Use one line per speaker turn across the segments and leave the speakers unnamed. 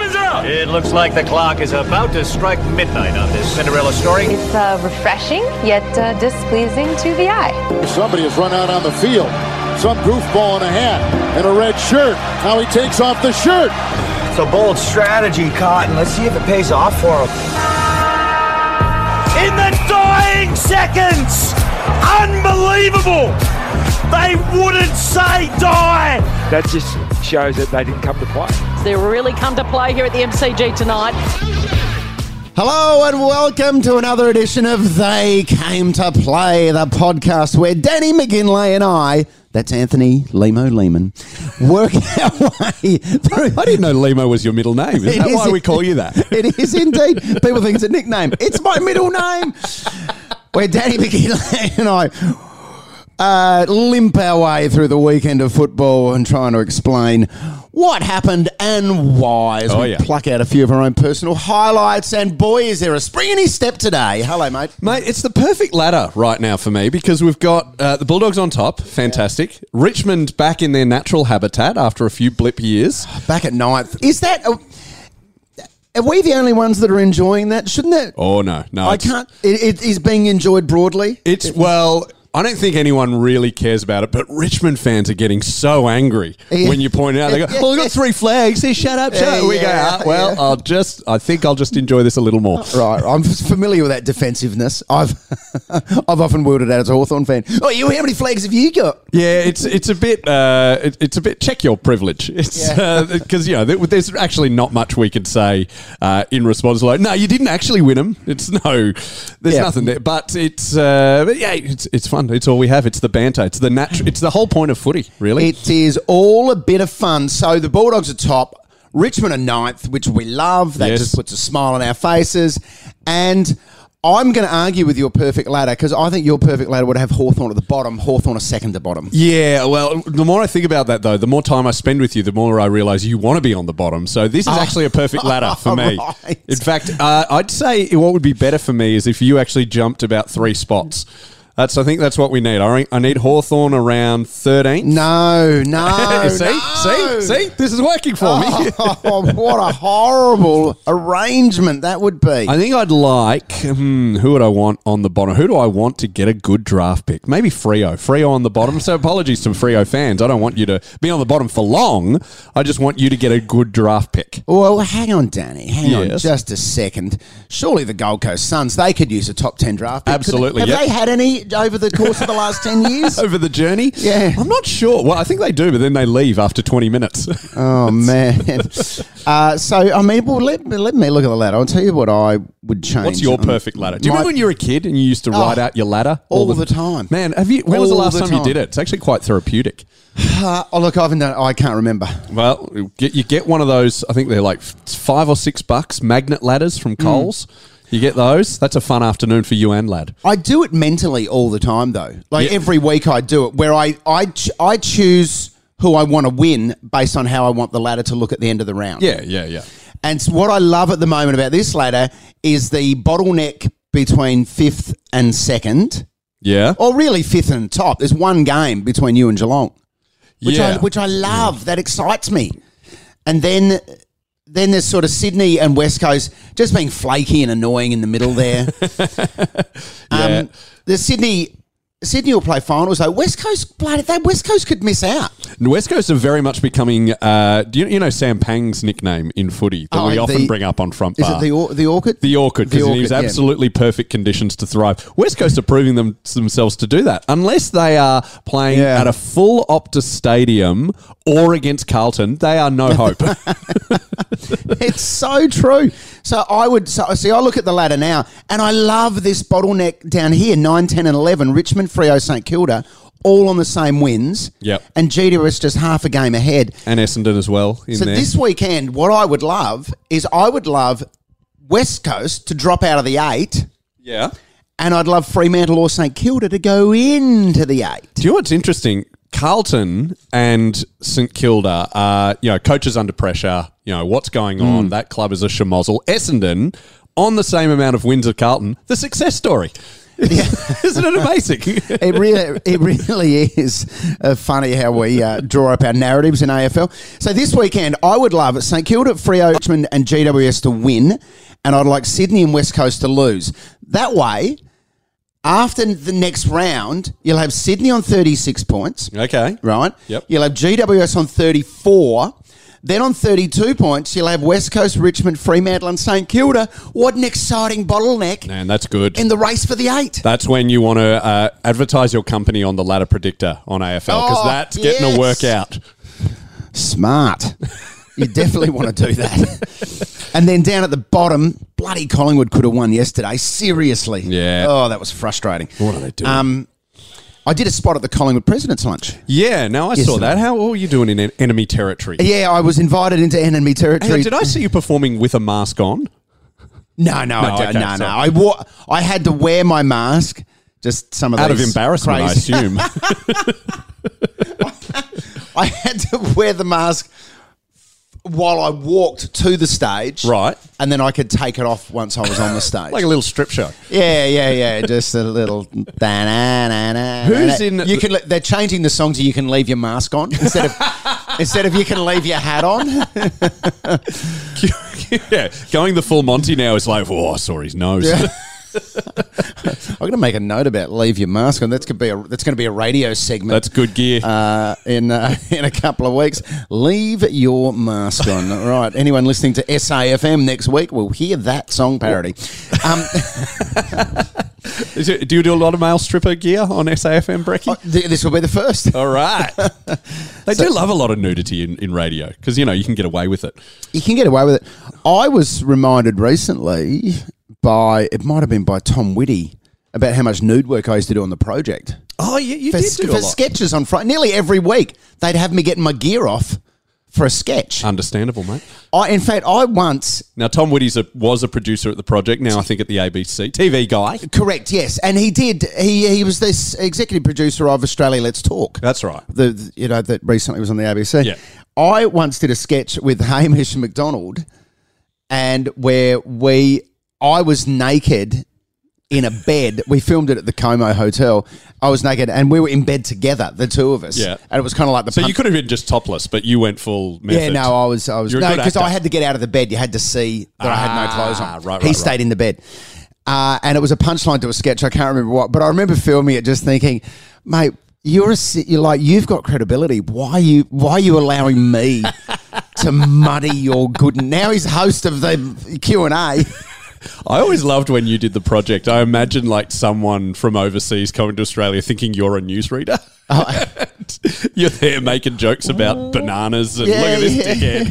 It looks like the clock is about to strike midnight on this Cinderella story.
It's uh, refreshing, yet uh, displeasing to the eye.
Somebody has run out on the field. Some goofball in a hat and a red shirt. Now he takes off the shirt.
It's a bold strategy, Cotton. Let's see if it pays off for him.
In the dying seconds! Unbelievable! They wouldn't say die!
That just shows that they didn't come to play.
They really come to play here at the MCG tonight.
Hello and welcome to another edition of They Came to Play, the podcast where Danny McGinley and I, that's Anthony Limo Lehman, work our way through.
I didn't know Limo was your middle name. Isn't that is why we call you that?
It is indeed. People think it's a nickname. It's my middle name. Where Danny McGinley and I uh, limp our way through the weekend of football and trying to explain what happened and why as
Oh,
we
yeah.
pluck out a few of our own personal highlights. And boy, is there a spring in his step today. Hello, mate.
Mate, it's the perfect ladder right now for me because we've got uh, the Bulldogs on top, fantastic. Richmond back in their natural habitat after a few blip years.
Back at ninth. Is that. A, are we the only ones that are enjoying that? Shouldn't that?
Oh no, no,
I
it's-
can't. It, it is being enjoyed broadly.
It's well, I don't think anyone really cares about it, but Richmond fans are getting so angry
Yeah.
when you point it out. They go, "Oh, we got three flags. Hey, shut up, shut
Yeah,
up." We go,
yeah,
"Ah, "Well,
yeah."
I'll just, I think I'll just enjoy this a little more."
Right, I'm familiar with that defensiveness. I've I've often wielded that as a Hawthorn fan. Oh, you! How many flags have you got?
Yeah, it's it's a bit uh, it, it's a bit check your privilege. It's
Yeah.
because you know there, there's actually not much we could say uh, in response. Like, no, you didn't actually win them. It's no, there's
Yeah.
nothing there. But it's uh, but yeah, it's it's fun. It's all we have. It's the banter. It's the natural. It's the whole point of footy, really.
It is all a bit of fun. So the Bulldogs are top, Richmond are ninth, which we love. That
Yes.
just puts a smile on our faces. And I'm going to argue with your perfect ladder because I think your perfect ladder would have Hawthorn at the bottom, Hawthorn a second to bottom.
yeah, well, the more I think about that, though, the more time I spend with you, the more I realise you want to be on the bottom. So this is actually a perfect ladder for me.
Ah. Right.
In fact, uh, I'd say what would be better for me is if you actually jumped about three spots. That's I think that's what we need. I, re- I need Hawthorn around 13.
No, no.
see,
no.
see, see, this is working for me.
Oh, what a horrible arrangement that would be.
I think I'd like. Hmm, who would I want on the bottom? Who do I want to get a good draft pick? Maybe Frio. Frio on the bottom. So apologies to Frio fans. I don't want you to be on the bottom for long. I just want you to get a good draft pick.
Well, hang on, Danny. Hang on
Yes.
just a second. Surely the Gold Coast Suns, they could use a top 10 draft. pick, couldn't
Absolutely,
they? Have
yep.
they had any over the course of the last 10 years?
Over the journey?
Yeah.
I'm not sure. Well, I think they do, but then they leave after 20 minutes.
Oh, man. uh, so, I mean, well, let, let me look at the ladder. I'll tell you what I would change.
What's your
Um,
perfect ladder? Do you
my-
remember when you were a kid and you used to write
Oh,
out your ladder
all the time.
Man, have you? When was the
All
last
the
time, you
time.
did it? It's actually quite therapeutic.
Uh, oh, look, I haven't done I can't remember.
Well, you get, you get one of those. I think they're like f- five or six bucks magnet ladders
Hmm.
from Coles. You get those. That's a fun afternoon for you and lad.
I do it mentally all the time, though. Like
Yeah.
every week, I do it where I I, ch- I choose who I want to win based on how I want the ladder to look at the end of the round.
Yeah, yeah, yeah.
And so what I love at the moment about this ladder is the bottleneck between fifth and second,
Yeah.
or really fifth and top. There's one game between you and Geelong, which
yeah.
I which I love. That excites me. And then then there's sort of Sydney and West Coast just being flaky and annoying in the middle there.
Yeah.
um, the Sydney. Sydney will play finals though. West Coast, bloody, that West Coast could miss out.
And West Coast are very much becoming. Uh, do you, you know Sam Pang's nickname in footy that
Oh,
we
the-
often bring up on front
Is
bar?
it the or- the Orchid?
Ah. The Orchid,
The
because it
Orchid,
is
yeah.
absolutely perfect conditions to thrive. West Coast are proving them, themselves to do that, unless they are playing
Yeah.
at a full Optus Stadium or against Carlton. They are no hope.
It's so true. So I would so, see. I look at the ladder now, and I love this bottleneck down here: 9, 10 and eleven. Richmond, Frio, St Kilda, all on the same wins.
Yep.
And GWS just half a game ahead.
and Essendon as well in
So
there.
this weekend, what I would love is I would love West Coast to drop out of the eight,
yeah.
and I'd love Fremantle or St Kilda to go into the eight.
Do you know what's interesting? Carlton and St Kilda are, you know, coaches under pressure. You know, what's going
Mm.
on? That club is a schmozzle. Essendon, on the same amount of wins as Carlton, the success story. Isn't it amazing?
It really, it really is uh, funny how we uh, draw up our narratives in AFL. So this weekend, I would love St Kilda, Freo, Richmond, and GWS to win, and I'd like Sydney and West Coast to lose. That way, after the next round, you'll have Sydney on thirty-six points.
okay.
right?
Yep.
You'll have GWS on 34. Then on 32 points, you'll have West Coast, Richmond, Fremantle, and St Kilda. What an exciting bottleneck
Man, that's good.
in the race for the eight.
That's when you want to uh, advertise your company on the ladder predictor on AFL because
Oh,
that's getting
yes.
a workout.
Smart. You definitely want to do that. And then down at the bottom, bloody Collingwood could have won yesterday. Seriously.
Yeah.
Oh, that was frustrating.
What are they doing?
Um, I did a spot at the Collingwood President's Lunch.
Yeah, no, I
Yes,
saw
sir.
that. How what were you doing in en- enemy territory?
Yeah, I was invited into enemy territory.
Hey, did I see you performing with a mask on?
No, no, I don't.
okay,
no, no.
sorry.
I wore. I had to wear my mask. Just some of
Out of
these
embarrassment, I
crazy-
assume.
I had to wear the mask while I walked to the stage,
Right.
and then I could take it off once I was on the stage.
like a little strip show.
yeah, yeah, yeah. Just a little.
Who's
Who's
in-
You can. le- They're changing the song to "You Can Leave Your Mask On" instead of instead of "You Can Leave Your Hat On."
yeah, going the full Monty now is like, oh, I saw his nose.
I'm going to make a note about "Leave Your Mask On." That's could be a. That's going to be a radio segment.
That's good gear.
uh, in uh, in a couple of weeks. Leave your mask on. right. Anyone listening to SAFM next week will hear that song parody. Um,
Is it- do you do a lot of male stripper gear on SAFM, Brecky?
th- this will be the first.
All right. They do love a lot of nudity in, in radio because, you know, you can get away with it.
You can get away with it. I was reminded recently by it might have been by Tom Whitty about how much nude work I used to do on the project.
Oh, yeah, you
for, for sketches on Friday, nearly every week, they'd have me getting my gear off for a sketch.
Uh. Understandable, mate.
I, in fact, I once
Now, Tom Whitty's a, was a producer at the project. Now, I think at the ABC TV guy.
Correct, yes, and he did. He he was this executive producer of Australia Let's Talk.
That's right.
The, the- you know that recently was on the ABC.
Yeah.
I once did a sketch with Hamish and McDonald, and where we I was naked in a bed. we filmed it at the Como Hotel. I was naked, and we were in bed together, the two of us.
Yeah.
and it was kind of like the
So
punk-
you could have been just topless, but you went full method.
yeah, no, I was, I was,
You're a
no,
good
because
actor.
I had to get out of the bed. You had to see that I had no
Ah,
clothes on.
right,
he
right,
stayed
right.
in the bed, uh, and it was a punchline to a sketch. I can't remember what, but I remember filming it, just thinking, mate, you're a, si- you're like, you've got credibility. Why are you, why are you allowing me to muddy your good? Now he's host of the Q and A.
I always loved when you did the project. I imagine like someone from overseas coming to Australia thinking you're a newsreader. you're there making jokes about bananas and look at this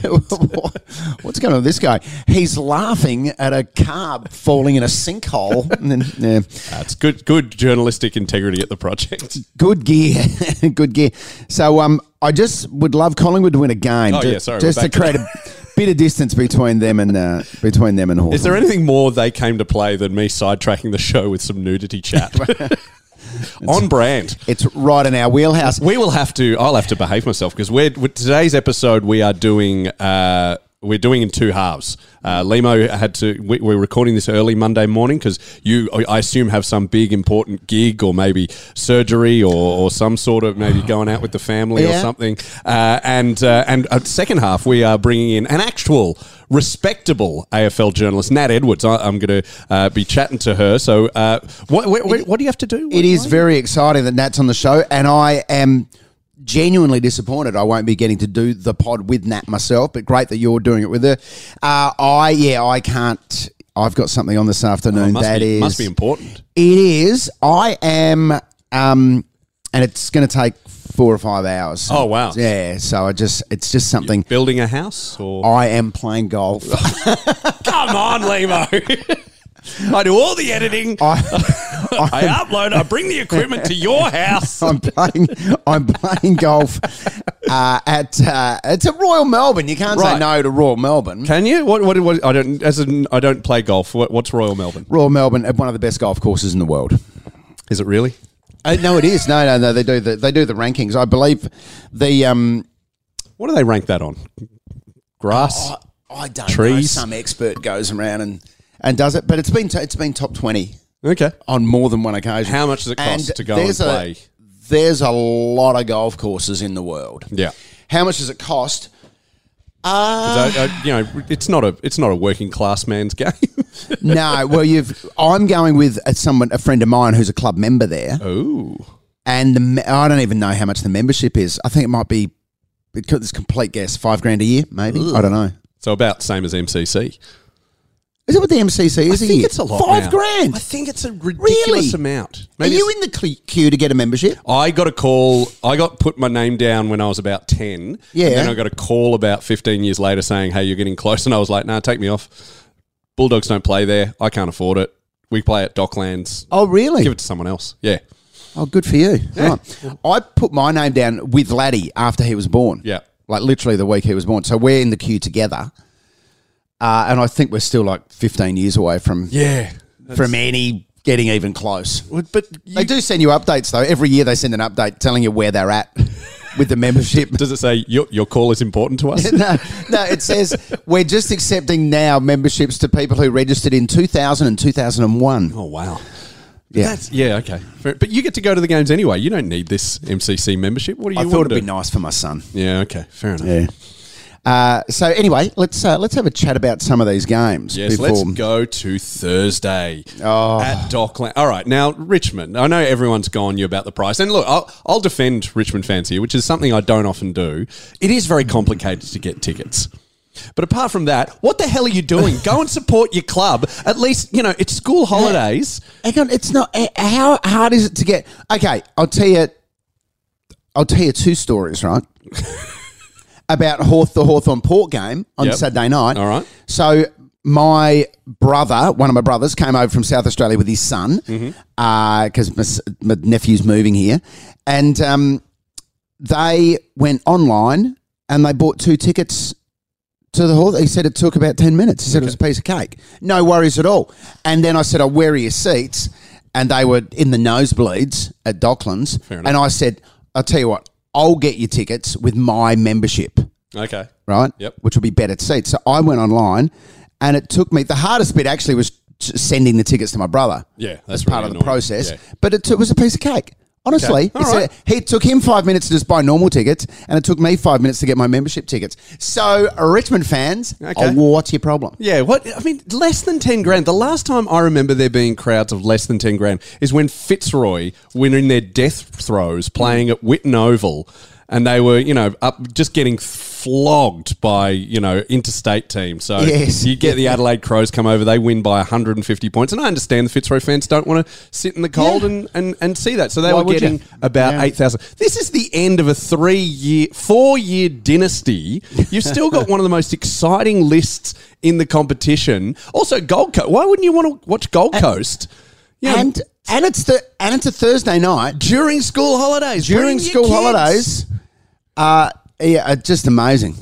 dickhead.
What's going on with this guy? He's laughing at a carb falling in a sinkhole. and then, yeah.
That's good, good journalistic integrity at the project.
Good gear, good gear. So, um, I just would love Collingwood to win a game.
Oh,
ju-
yeah, sorry,
just
we're
to
back to
create a bit of distance between them and uh, between them and Hawthorn.
Is there anything more they came to play than me sidetracking the show with some nudity chat? On brand.
It's right in our wheelhouse.
We will have to. I'll have to behave myself because we're with today's episode. We are doing. Uh, we're doing in two halves. Uh, Limo had to. We, we're recording this early Monday morning because you, I I assume, have some big important gig or maybe surgery or, or some sort of maybe going out with the family or
Yeah.
something. Uh, and uh, and uh, second half, we are bringing in an actual respectable AFL journalist, Nat Edwards. I, I'm going to uh, be chatting to her. So, uh, what, what, what, do you have to do?
It is very exciting that Nat's on the show, and I am genuinely disappointed I won't be getting to do the pod with Nat myself. But great that you're doing it with her. Uh, I yeah, I can't. I've got something on this afternoon.
Oh, must
that
be-
is-
must be important.
It is. I am, um, and it's going to take four or five hours.
Oh, wow.
Yeah. So I just, it's just something.
building a house or
I am playing golf.
Come on, Lemo. I do all the editing. I, upload. I bring the equipment to your house.
I'm playing. I'm playing golf uh, at. Uh, it's at Royal Melbourne. You can't
Right.
say no to Royal Melbourne.
Can you? What? What? what I don't. As in, I don't play golf. What, what's Royal Melbourne?
Royal Melbourne at one of the best golf courses in the world.
Is it really?
Uh, no, it is. No, no, no. They do the they do the rankings. I believe the um.
What do they rank that on? Grass.
I don't
Trees.
know. Some expert goes around and and does it, but it's been t- it's been top twenty
Okay.
on more than one occasion.
How much does it cost to go and
there's a-
play?
there's a lot of golf courses in the world.
Yeah.
How much does it cost? Uh,
'Cause I- I- uh, you know, it's not a it's not a working class man's game.
no, well, you've. I'm going with a, someone, a friend of mine who's a club member there,
Ooh.
and the, me- I don't even know how much the membership is. I think it might be, it's complete guess, five grand a year, maybe. I don't know.
So about same as MCC.
Is it what the MCC is a year? Five
now.
grand.
I think it's a ridiculous
Really?
amount.
Are
Maybe
you
it's-
in the cl- queue to get a membership?
I got a call. I got put my name down when I was about ten.
Yeah.
And then I got a call about fifteen years later saying, "Hey, you're getting close." And I was like, "Nah, take me off. Bulldogs don't play there. I can't afford it. We play at Docklands.
Oh, really?
Give it to someone else." Yeah.
Oh, good for you. Right. I put my name down with Laddie after he was born.
Yeah.
Like literally the week he was born. So we're in the queue together. Uh, and I think we're still like 15 years away from
Yeah.
from any getting even close.
But
They do send you updates though. Every year they send an update telling you where they're at with the membership.
does it say your your call is important to us?
no, no, it says we're just accepting now memberships to people who registered in 2000 and 2001.
Oh wow.
yeah.
That's yeah okay. Fair- But you get to go to the games anyway. You don't need this MCC membership. What do you?
I
want
thought it'd
to-
be nice for my son.
Yeah. Okay. Fair enough.
Yeah. Uh, so anyway, let's uh, let's have a chat about some of these games.
Yes,
before-
let's go to Thursday at Dockland. All right, now Richmond. I know everyone's gone you about the price, and look, I'll, I'll defend Richmond fans here, which is something I don't often do. It is very complicated to get tickets. But apart from that, what the hell are you doing? Go and support your club. At least, you know, it's school holidays.
Hang on, it's not. eh, How hard is it to get? Okay, I'll tell you. I'll tell you two stories, right? about Hawth, the Hawthorn Port game on
Yep.
Saturday night.
All right.
So my brother, one of my brothers, came over from South Australia with his son because my, s- my nephew's moving here, and um, they went online and they bought two tickets to the hall. He said it took about 10 minutes. He said it was a piece of cake. No worries at all. And then I said, oh, where are your seats? And they were in the nosebleeds at Docklands. And I said, I'll tell you what, I'll get you tickets with my membership,
Okay.
right?
Yep.
Which will be better seats. So I went online and it took me, the hardest bit actually was t- sending the tickets to my brother.
Yeah,
That's
that's
part
really
of the
annoying.
process.
Yeah.
But it, took, was a piece of cake. Honestly,
All
it's a-
right.
he it took him five minutes to just buy normal tickets, and it took me five minutes to get my membership tickets. So, Richmond fans,
Okay.
oh, what's your problem?
Yeah, what I mean, less than ten grand. The last time I remember there being crowds of less than ten grand is when Fitzroy were in their death throes playing at Witten Oval, and they were, you know, up just getting flogged by you know interstate teams. So
Yes.
you get the Adelaide Crows come over, they win by 150 points, and I understand the Fitzroy fans don't want to sit in the cold
Yeah.
and, and and see that. So they
Why
were
would you?
getting about
Yeah.
eight thousand. This is the end of a three year, four year dynasty. You've still got one of the most exciting lists in the competition. Also, Gold Coast. Why wouldn't you want to watch Gold Coast? You know,
And and it's the and it's a Thursday night
during school holidays,
during
bring your
school
kids.
holidays. Uh, yeah, uh, just amazing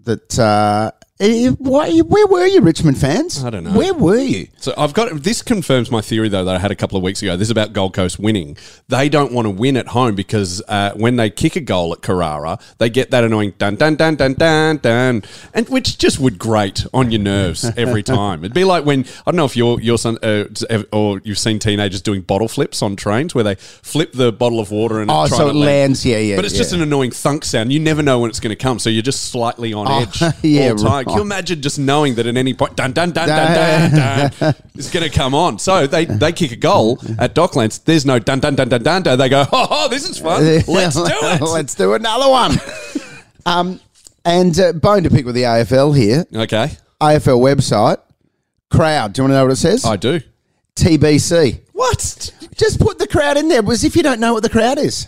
that. Uh, eh, why, where were you, Richmond fans?
I don't know.
Where were you?
So I've got this confirms my theory though that I had a couple of weeks ago. This is about Gold Coast winning. They don't want to win at home because uh, when they kick a goal at Carrara, they get that annoying dun dun dun dun dun dun, and which just would grate on your nerves every time. It'd be like when I don't know if your your son uh, or you've seen teenagers doing bottle flips on trains where they flip the bottle of water and
Oh,
try
so
and
it lands. Yeah, yeah.
But it's just
yeah.
an annoying thunk sound. You never know when it's going to come, so you're just slightly on
Oh,
edge
yeah,
all the time. Can you
right.
imagine just knowing that at any point, dun dun dun dun dun dun, it's going to come on? So they they kick a goal at Docklands. There's no dun dun dun dun dun. dun. They go, oh, oh, this is fun. Let's do it.
Let's do another one. um, and uh, bone to pick with the AFL here.
Okay,
AFL website. Crowd. Do you want to know what it says?
I do.
TBC.
What?
Just put the crowd in there as if you don't know what the crowd is.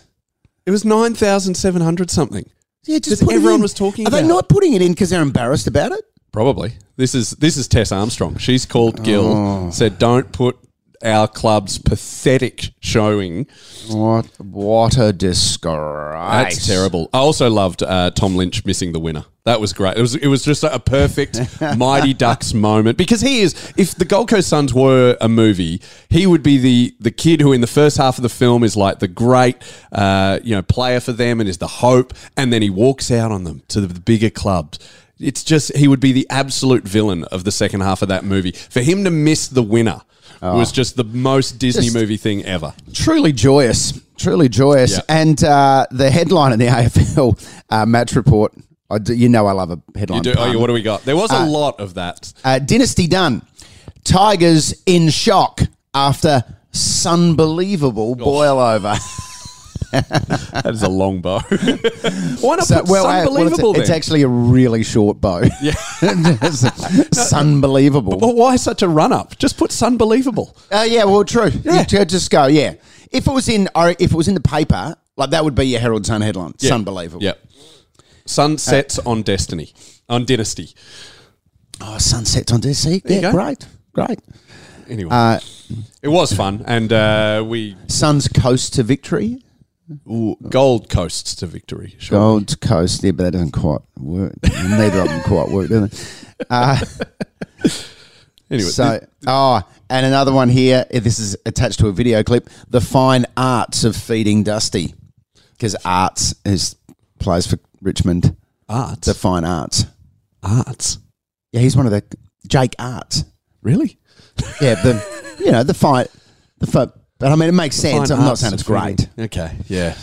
It was nine thousand seven hundred something.
Yeah, just
That
put it
everyone
in.
was talking
Are they
about.
not putting it in because they're embarrassed about it?
Probably. This is this is Tess Armstrong. She's called Gil.
Oh.
Said don't put our club's pathetic showing
What? What a disgrace!
That's terrible. I also loved uh, Tom Lynch missing the winner. That was great. It was it was just a perfect Mighty Ducks moment because he is. If the Gold Coast Suns were a movie, he would be the the kid who in the first half of the film is like the great uh, you know player for them and is the hope, and then he walks out on them to the, the bigger clubs. It's just he would be the absolute villain of the second half of that movie. For him to miss the winner was just the most Disney
Just-
movie thing ever.
Truly joyous. Truly joyous.
Yeah.
And uh, the headline in the AFL uh, match report, I do, you know I love a headline.
You do, oh,
pun.
yeah, what do we got? There was a lot of that.
Uh, Dynasty Dunn. Tigers in shock after unbelievable boil over.
That is a long bow. Why not put
uh, well, it's-
unbelievable
it's,
then?
actually a really short bow. Yeah. unbelievable.
Well, why such a run up? Just put sunbelievable.
Uh, yeah, well, true.
Yeah.
Yeah. just go. Yeah, if it was in, or if it was in the paper, like that would be your Herald Sun headline. It's unbelievable.
Yep. Sunsets on Destiny, on Dynasty.
Oh, sunsets on DC.
you
Yeah,
go.
great, great.
Anyway,
Uh,
it was fun, and uh, we
Sun's coast to victory.
Gold coasts to victory. Sure.
Gold Coast. Yeah, but that doesn't quite work. Neither of them quite work, do they?
Anyway,
So, oh, and another one here. eh, This is attached to a video clip. The fine arts of feeding Dusty, because arts is plays for Richmond.
arts,
The fine arts.
arts,
Yeah, he's one of the Jake Arts.
really?
Yeah, the you know the fight, the fight. But I mean, it makes sense.
Fine
I'm not
arts
saying it's
of
great.
feeding. Okay, yeah.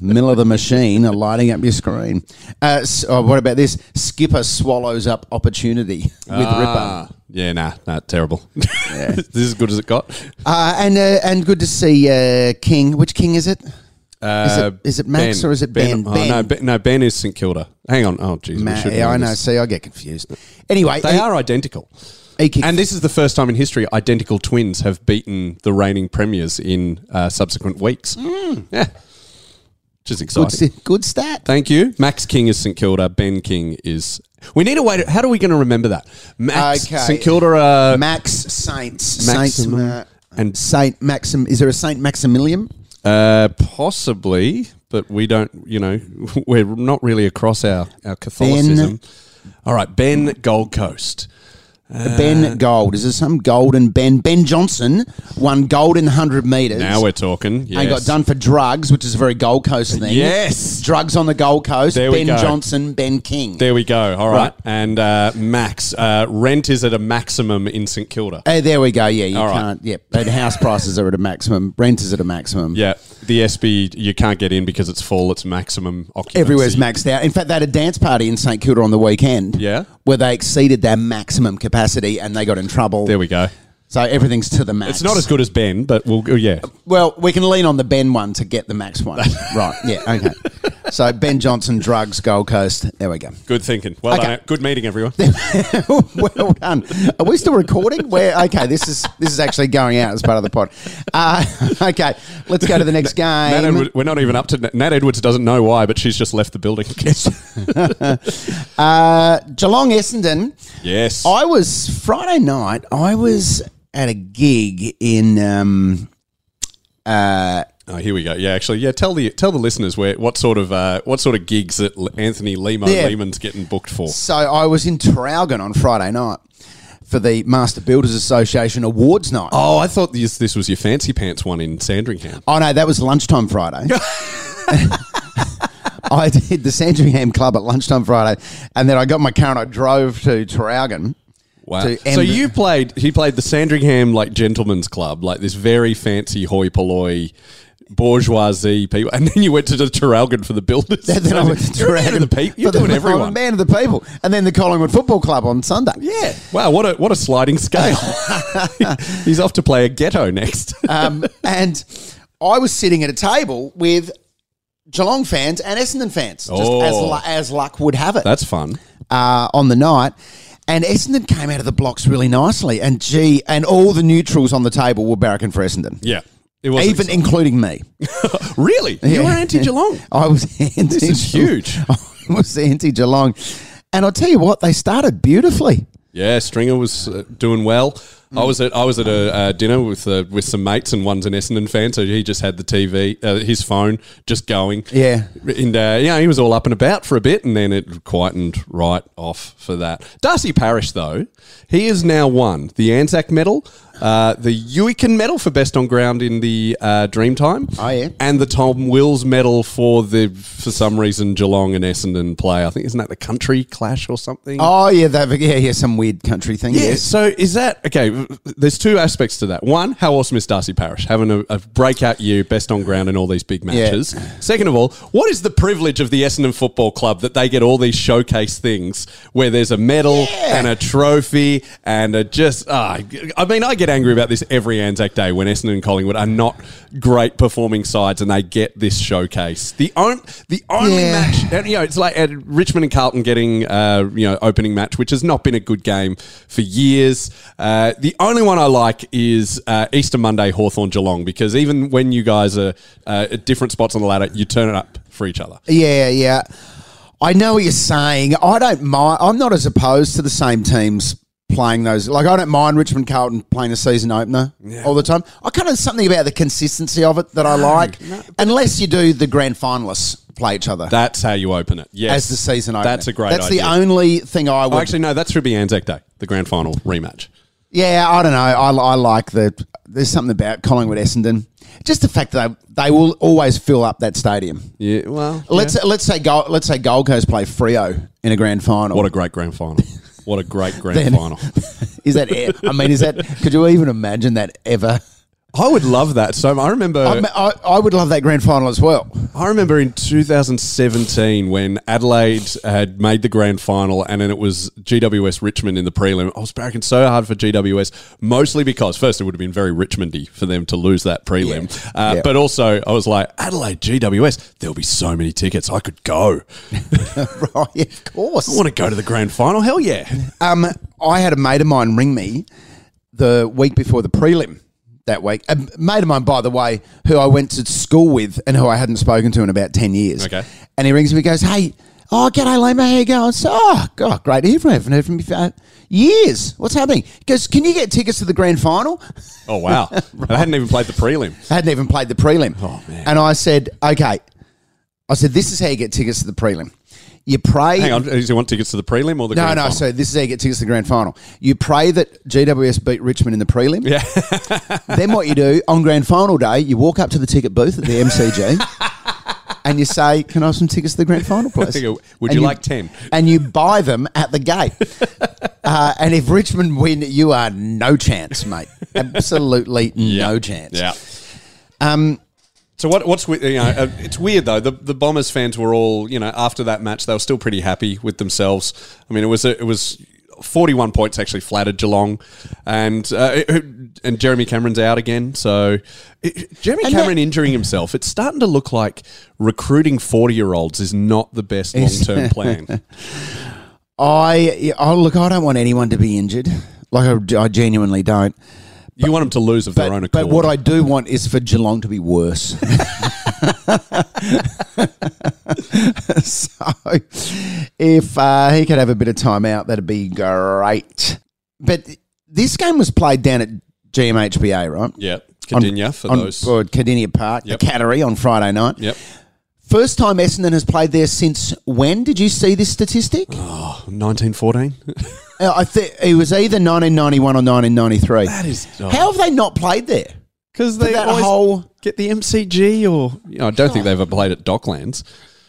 Miller the machine are lighting up your screen. Uh, s- oh, what about this? Skipper swallows up opportunity with Ripper.
Ah, yeah, nah, nah, terrible. this is as good as it got.
Uh, and uh, and good to see uh, King. Which King is it? Is it- is it Max or is it Ben?
Oh,
Ben.
No, Uh, ben, no, Ben is St Kilda. Hang on. Oh, jeez. we
Ma-
should
yeah, I
this.
know. See, I get confused. Anyway,
They
he-
are identical.
he kicked-
And this is the first time in history identical twins have beaten the reigning premiers in uh, subsequent weeks. Yeah. Which is
Mm. good,
exciting.
st- good stat.
Thank you. Max King is St Kilda. Ben King is. We need a way to. How are we going to remember that? Max,
Okay.
St Kilda uh, are.
Max Saints,
Maximum
Saints, Ma-
and-
Saint Maxim. Is there a Saint Maximilian?
Uh, possibly, but we don't. You know, we're not really across our our Catholicism. All right, Ben Gold Coast. Uh,
ben Gold. Is there some golden Ben? Ben Johnson won gold in 100 metres.
Now we're talking. Yes.
And got done for drugs, which is a very Gold Coast thing.
Yes.
Drugs on the Gold Coast.
There we
ben
go.
Johnson, Ben King.
There we go. All right,
Right.
and uh, Max uh, rent is at a maximum in St Kilda.
Hey, there we go. Yeah, you
All right.
can't. Yep. And house prices are at a maximum. Rent is at a maximum.
Yeah, the SB you can't get in because it's full. It's maximum occupancy.
Everywhere's maxed out. In fact, they had a dance party in St Kilda on the weekend.
Yeah.
Where they exceeded their maximum capacity and they got in trouble.
There we go.
So everything's to the max.
It's not as good as Ben, but we'll oh, yeah.
Well, we can lean on the Ben one to get the max one. right. Yeah. Okay. So Ben Johnson, drugs, Gold Coast. There we go.
Good thinking. Well
Okay.
done. Good meeting, everyone.
well done. Are we still recording? Where? Okay. This is this is actually going out as part of the pod. Uh, okay. Let's go to the next game.
Nat Edward, we're not even up to Nat Edwards. Doesn't know why, but she's just left the building.
uh, Geelong Essendon.
yes.
I was Friday night. I was at a gig in. Um,
Oh, here we go. Yeah, actually, yeah. Tell the tell the listeners where what sort of uh, what sort of gigs that L- Anthony Limo
Yeah.
Lehman's getting booked for.
so I was in Traralgon on Friday night for the Master Builders Association Awards night.
Oh, I thought this this was your fancy pants one in Sandringham.
Oh no, that was lunchtime Friday. I did the Sandringham Club at lunchtime Friday, and then I got in my car and I drove to Traralgon.
Wow.
To
so
end-
you played he played the Sandringham like gentleman's club, like this very fancy hoi polloi bourgeoisie people, and then you went to the Traralgon for the builders.
And then I went to
You're a man of
Traralgon.
the people. You're
But then
doing
I'm a
everyone.
man of the people, and then the Collingwood Football Club on Sunday.
Yeah. Wow. What a what a sliding scale. He's off to play a ghetto next.
um, and I was sitting at a table with Geelong fans and Essendon fans, just
Oh.
as lu- as luck would have it.
That's fun.
uh, on the night. And Essendon came out of the blocks really nicely. And gee, and all the neutrals on the table were barracking for Essendon.
Yeah. It was
Even including me.
really, you were
Yeah.
anti Geelong.
I was anti
This is huge.
I was anti Geelong. And I'll tell you what, they started beautifully.
Yeah, Stringer was uh, doing well. I was at I was at a uh, dinner with uh, with some mates, and one's an Essendon fan, so he just had the TV, uh, his phone just going.
Yeah.
and uh, yeah, he was all up and about for a bit, and then it quietened right off for that. Darcy Parish, though, he has now won the Anzac Medal, uh, the Uiken medal for best on ground in the uh, Dreamtime.
Oh, yeah.
And the Tom Wills medal for the, for some reason, Geelong and Essendon play. I think, isn't that the country clash or something?
Oh yeah, that yeah yeah some weird country thing.
Yeah,
Yes.
so is that okay? There's two aspects to that. One, how awesome is Darcy Parish having a, a breakout year, best on ground in all these big matches? Second of all, what is the privilege of the Essendon Football Club that they get all these showcase things where there's a medal and a trophy and a just. ah, I mean, I get angry about this every Anzac Day when Essendon and Collingwood are not great performing sides and they get this showcase. The, on, the only
Yeah.
match and, you know, it's like at Richmond and Carlton getting, uh, you know, opening match, which has not been a good game for years. Uh, the only one I like is uh, Easter Monday Hawthorn Geelong because even when you guys are uh, at different spots on the ladder, you turn it up for each other.
Yeah, yeah. I know what you're saying. I don't mind. I'm not as opposed to the same teams playing those. Like I don't mind Richmond Carlton playing a season opener all the time. I kind of something about the consistency of it that I like. Unless you do the grand finalists play each other
That's how you open it. Yes,
as the season opener.
That's a great.
That's
idea.
the only thing I would.
Oh, actually, no, that should be Anzac Day, the grand final rematch.
yeah, I don't know. I, I like the. There's something about Collingwood Essendon. Just the fact that they, they will always fill up that stadium.
Yeah, well,
Let's let's say Gold, let's say Gold Coast play Frio in a grand final.
what a great grand final. What a great grand
Then-
final.
Is that? e- I mean, is that? Could you even imagine that ever?
I would love that. So I remember
I, mean, I, I would love that grand final as well.
I remember in 2017 when Adelaide had made the grand final and then it was GWS Richmond in the prelim. I was barracking so hard for GWS, mostly because, first, it would have been very Richmondy for them to lose that prelim. Uh,
Yeah.
But also, I was like, Adelaide, GWS, there'll be so many tickets. I could go.
right, of
I
course.
want to go to the grand final. Hell yeah.
Um, I had a mate of mine ring me the week before the prelim that week. A mate of mine, by the way, who I went to school with and who I hadn't spoken to in about 10 years.
Okay.
And he rings me and goes, Hey, oh, g'day, Lima, how you going? I said, Oh, God, great to hear from you. haven't heard from you for uh, years. What's happening? He goes, Can you get tickets to the grand final?
Oh, wow. And I hadn't even played the prelim.
I hadn't even played the prelim.
Oh, man.
And I said, okay. I said, this is how you get tickets to the prelim. You pray.
Hang on. Do you want tickets to the prelim or the
No,
grand
no.
final?
So this is how you get tickets to the grand final. You pray that GWS beat Richmond in the prelim.
Yeah.
Then what you do on grand final day, you walk up to the ticket booth at the MCG. And you say, "Can I have some tickets to the grand final, please?"
Would you
And
like 10?
And you buy them at the gate. uh, and if Richmond win, you are no chance, mate. Absolutely no chance.
Yeah.
Um,
So what, what's we- you know uh, it's weird though the the Bombers fans were all you know after that match they were still pretty happy with themselves. I mean it was a, it was. 41 points actually flattered Geelong, and uh, it- it- and Jeremy Cameron's out again. So it, Jeremy
And that-
Cameron injuring himself, it's starting to look like recruiting 40 year olds is not the best long
Is-
term plan.
I oh look, I don't want anyone to be injured. Like I, I genuinely don't.
You want them to lose of their own
But,
accord.
but what I do want is for Geelong to be worse. so if uh, he could have a bit of time out, that'd be great. But this game was played down at GMHBA, right?
yeah, Cadinia for
on,
those.
or Cardinia Park,
Yep.
the Cattery on Friday night.
Yep,
First time Essendon has played there since when? Did you see this statistic?
Uh, 1914.
Uh, I think it was either 1991 or 1993.
That is- oh.
how have they not played there?
Because
For
they
that
always
whole-
get the MCG or you know, I don't think they've ever played at Docklands.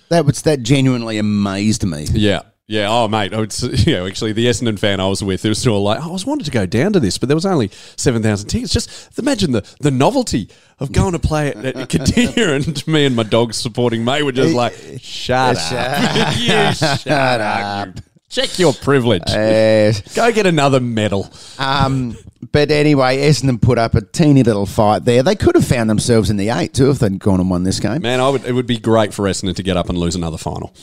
That was that genuinely amazed me.
Yeah. Yeah. Oh, mate. I was, you know, actually, the Essendon fan I was with, it was all like, oh, I was wanted to go down to this, but there was only 7,000 tickets. Just imagine the, the novelty of going to play at, at Katia and me and my dogs supporting May were just like, shut
Shut
up. you shut up. you Check your privilege.
Yes.
go get another medal.
Um, but anyway, Essendon put up a teeny little fight there. They could have found themselves in the eight too if they'd gone and won this game.
Man, I would, it would be great for Essendon to get up and lose another final.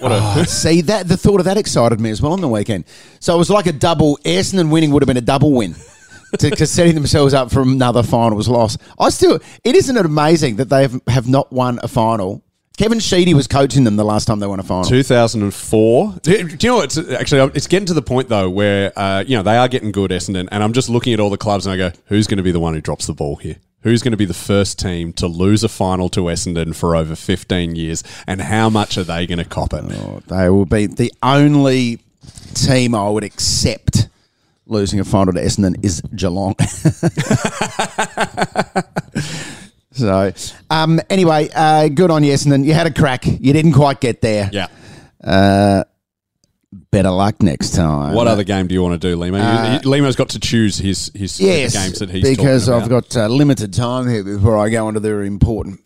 What a,
Ah, See that the thought of that excited me as well on the weekend. So it was like a double. Essendon winning would have been a double win. to, to setting themselves up for another finals loss. I still, it isn't it amazing that they have, have not won a final. Kevin Sheedy was coaching them the last time they won a final.
2004. Do do you know what? It's actually it's getting to the point though where uh, you know they are getting good Essendon, and I'm just looking at all the clubs and I go, who's going to be the one who drops the ball here? Who's going to be the first team to lose a final to Essendon for over 15 years, and how much are they going to
Oh.
cop it?
They will be the only team I would accept losing a final to Essendon is Geelong. so, um, anyway, uh, good on you, Essendon. You had a crack. You didn't quite get there.
Yeah.
Uh, better luck next time.
What other game do you want to do, Limo? You- you- Limo's got to choose his his
Uh, Yes,
games that he's
because
talking
I've
about.
got uh, limited time here before I go on to the important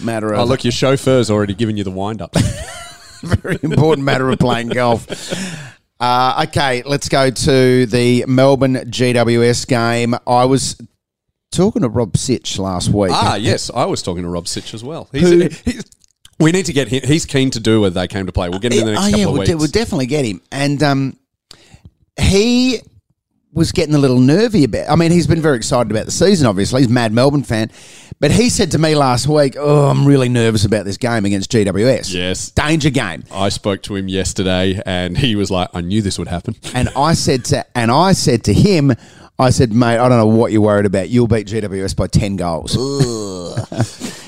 matter of
Oh, look, your chauffeur's already given you the wind up.
very important matter of playing golf. Uh, okay, let's go to the Melbourne GWS game. I was talking to Rob Sitch last week.
ah, yes, I was talking to Rob Sitch as well. He's,
Who-
he's- we need to get him. He's keen to do where they came to play. We'll get him in the next
oh,
couple
yeah,
of
we'll,
weeks.
de- we'll definitely get him. And um, he was getting a little nervy about. I mean, he's been very excited about the season. Obviously, he's a mad Melbourne fan. But he said to me last week, "Oh, I'm really nervous about this game against GWS.
Yes.
danger game."
I spoke to him yesterday, and he was like, "I knew this would happen."
And I said to and I said to him, I said, mate, I don't know what you're worried about. You'll beat GWS by ten goals.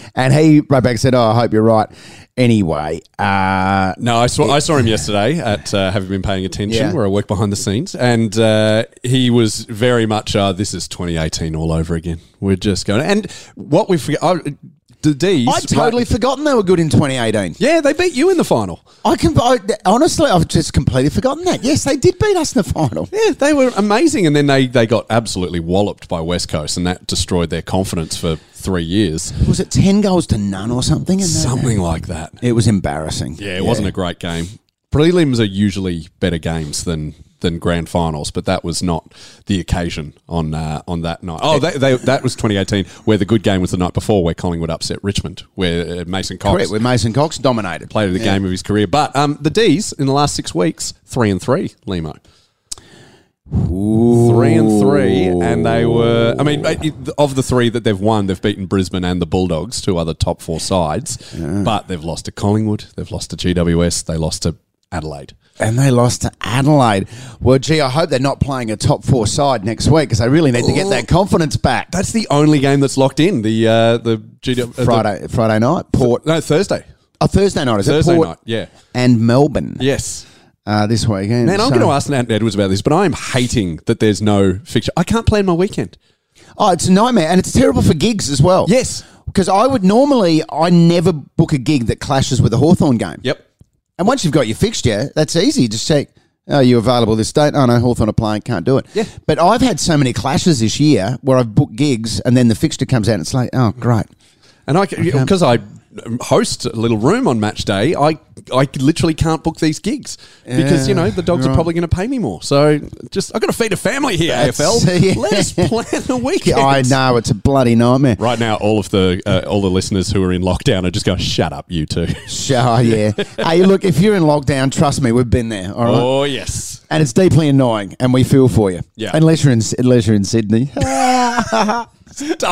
and he right back said, Oh, I hope you're right. Anyway, uh,
No, I saw I saw him yesterday at uh, having been paying attention
Yeah.
where I work behind the scenes, and uh, he was very much uh, this is 2018 all over again. We're just going, and what we forget, oh, I, the D's.
I'd totally forgotten they were good in 2018.
yeah, they beat you in the final.
I can I, honestly, I've just completely forgotten that. Yes, they did beat us in the final.
Yeah, they were amazing, and then they, they got absolutely walloped by West Coast, and that destroyed their confidence for three years,
Was it ten goals to none or something? in that-
something like that.
It was embarrassing.
Yeah, it wasn't a great game. Prelims are usually better games than than grand finals, but that was not the occasion on uh, on that night. Oh, they, they, that was 2018, where the good game was the night before, where Collingwood upset Richmond, where uh, Mason Cox
Correct. With Mason Cox dominated.
played the game of his career. But um, the D's in the last six weeks, three and three, Limo. Three and three, and they were. I mean, it- of the three that they've won, they've beaten Brisbane and the Bulldogs, two other top four sides. But they've lost to Collingwood, they've lost to GWS, they lost to Adelaide.
And they lost to Adelaide. Well, gee, I hope they're not playing a top four side next week because they really need to get that confidence back.
That's the only game that's locked in. The uh, the GW uh,
Friday, Friday night, Port.
the, no Thursday,
Oh, Thursday night is
Thursday
it? Port
night. Yeah,
and Melbourne.
yes.
uh, this weekend.
Man, I'm
So-
going to ask Nat Edwards about this, but I am hating that there's no fixture. I can't plan my weekend.
Oh, it's a nightmare, and it's terrible for gigs as well.
Yes.
because I would normally I never book a gig that clashes with a Hawthorn game.
Yep.
And once you've got your fixture, that's easy. Just check, are you available this date? Oh, no, Hawthorn are playing, can't do it.
Yeah.
But I've had so many clashes this year where I've booked gigs and then the fixture comes out and it's like, oh, great.
And I because I host a little room on match day, I I literally can't book these gigs because you
Yeah,
know the dogs
right.
are probably going to pay me more. So just I've got to feed a family here.
That's-
AFL,
yeah.
let us plan the weekend.
I know, it's a bloody nightmare.
Right now, all of the uh, all the listeners who are in lockdown are just going, "Shut up, you two.
Oh, yeah. hey, look, if you're in lockdown, trust me, we've been there, all right?
oh yes,
And it's deeply annoying, and we feel for you.
Yeah.
Unless you're in, unless you're in Sydney.
stop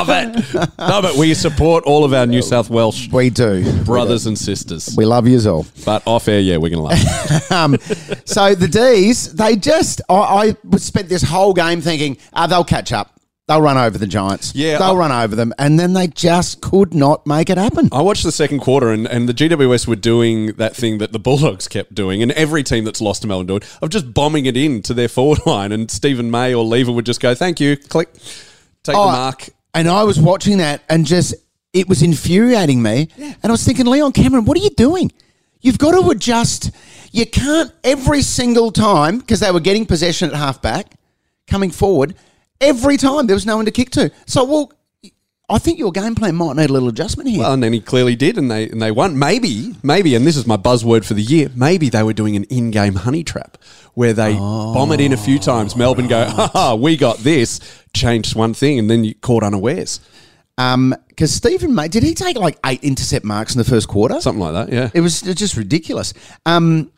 it, stop it. We support all of our New South Welsh
we do.
brothers and sisters,
We love yous all.
but off air, yeah, we're going to laugh.
Um, so the D's, they just, I, I spent this whole game thinking, uh, they'll catch up. They'll run over the Giants.
Yeah,
They'll
I-
run over them. And then they just could not make it happen.
I watched the second quarter, and, and the GWS were doing that thing that the Bulldogs kept doing, and every team that's lost to Melbourne doing of just bombing it in to their forward line, and Stephen May or Lever would just go, "Thank you, click, take
Oh,
the mark."
And I was watching that and just, it was infuriating me. And I was thinking, Leon Cameron, what are you doing? You've got to adjust. You can't every single time, because they were getting possession at halfback, coming forward, every time there was no one to kick to. So, well, I think your game plan might need a little adjustment here.
Well, and then he clearly did, and they and they won. Maybe, maybe, and this is my buzzword for the year. Maybe they were doing an in-game honey trap where they bomb it in a few times. Melbourne go, "Ha ha, we got this." Changed one thing, and then you caught unawares,
because Um, Stephen May did he take like eight intercept marks in the first quarter?
something like that. Yeah,
It was just ridiculous. Um,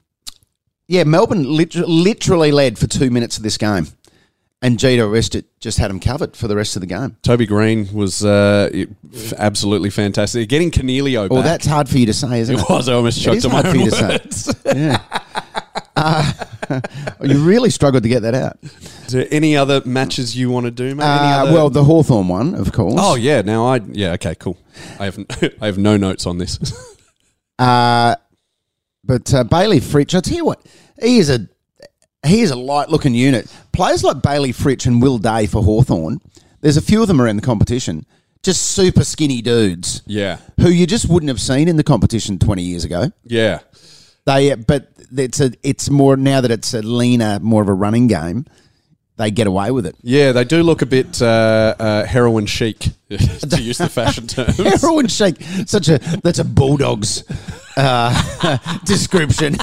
yeah, Melbourne lit- literally led for two minutes of this game, and GWS ju- just had them covered for the rest of the game.
Toby Green was uh, f- absolutely fantastic. Getting Cornelio back.
Well, that's hard for you to say, isn't it?
It was. oh. I almost
It
choked
is
on my
hard for
own
you to say.
words.
Uh, You really struggled to get that out.
Is there any other matches you want to do, mate? Any
Uh,
other-
well, the Hawthorn one, of course.
oh yeah. Now I yeah. Okay, cool. I have I have no notes on this.
Uh, but uh, Bailey Fritch, I tell you what, he is a he is a light looking unit. Players like Bailey Fritch and Will Day for Hawthorn. there's a few of them around the competition. Just super skinny dudes.
Yeah.
Who you just wouldn't have seen in the competition 20 years ago.
Yeah.
They, but it's a, it's more now that it's a leaner, more of a running game. They get away with it.
Yeah, they do look a bit uh, uh, heroin chic, to use the fashion terms.
Heroin shake, such a that's a bulldog's uh, description.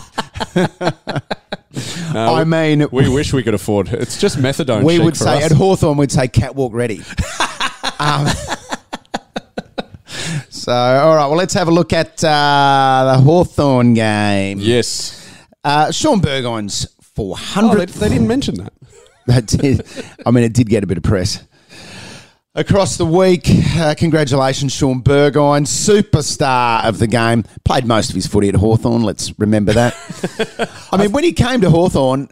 No,
I mean,
we wish we could afford. It's just methadone.
we
chic
would
for
say
us.
at Hawthorn we'd say catwalk ready. um, so, all right, well, let's have a look at uh, the Hawthorn game.
yes.
Uh, Sean Burgoyne's
Oh, they,
400th.
they didn't mention that.
That did. I mean, it did get a bit of press. Across the week, uh, congratulations, Sean Burgoyne, superstar of the game. Played most of his footy at Hawthorn. let's remember that. I mean, when he came to Hawthorn,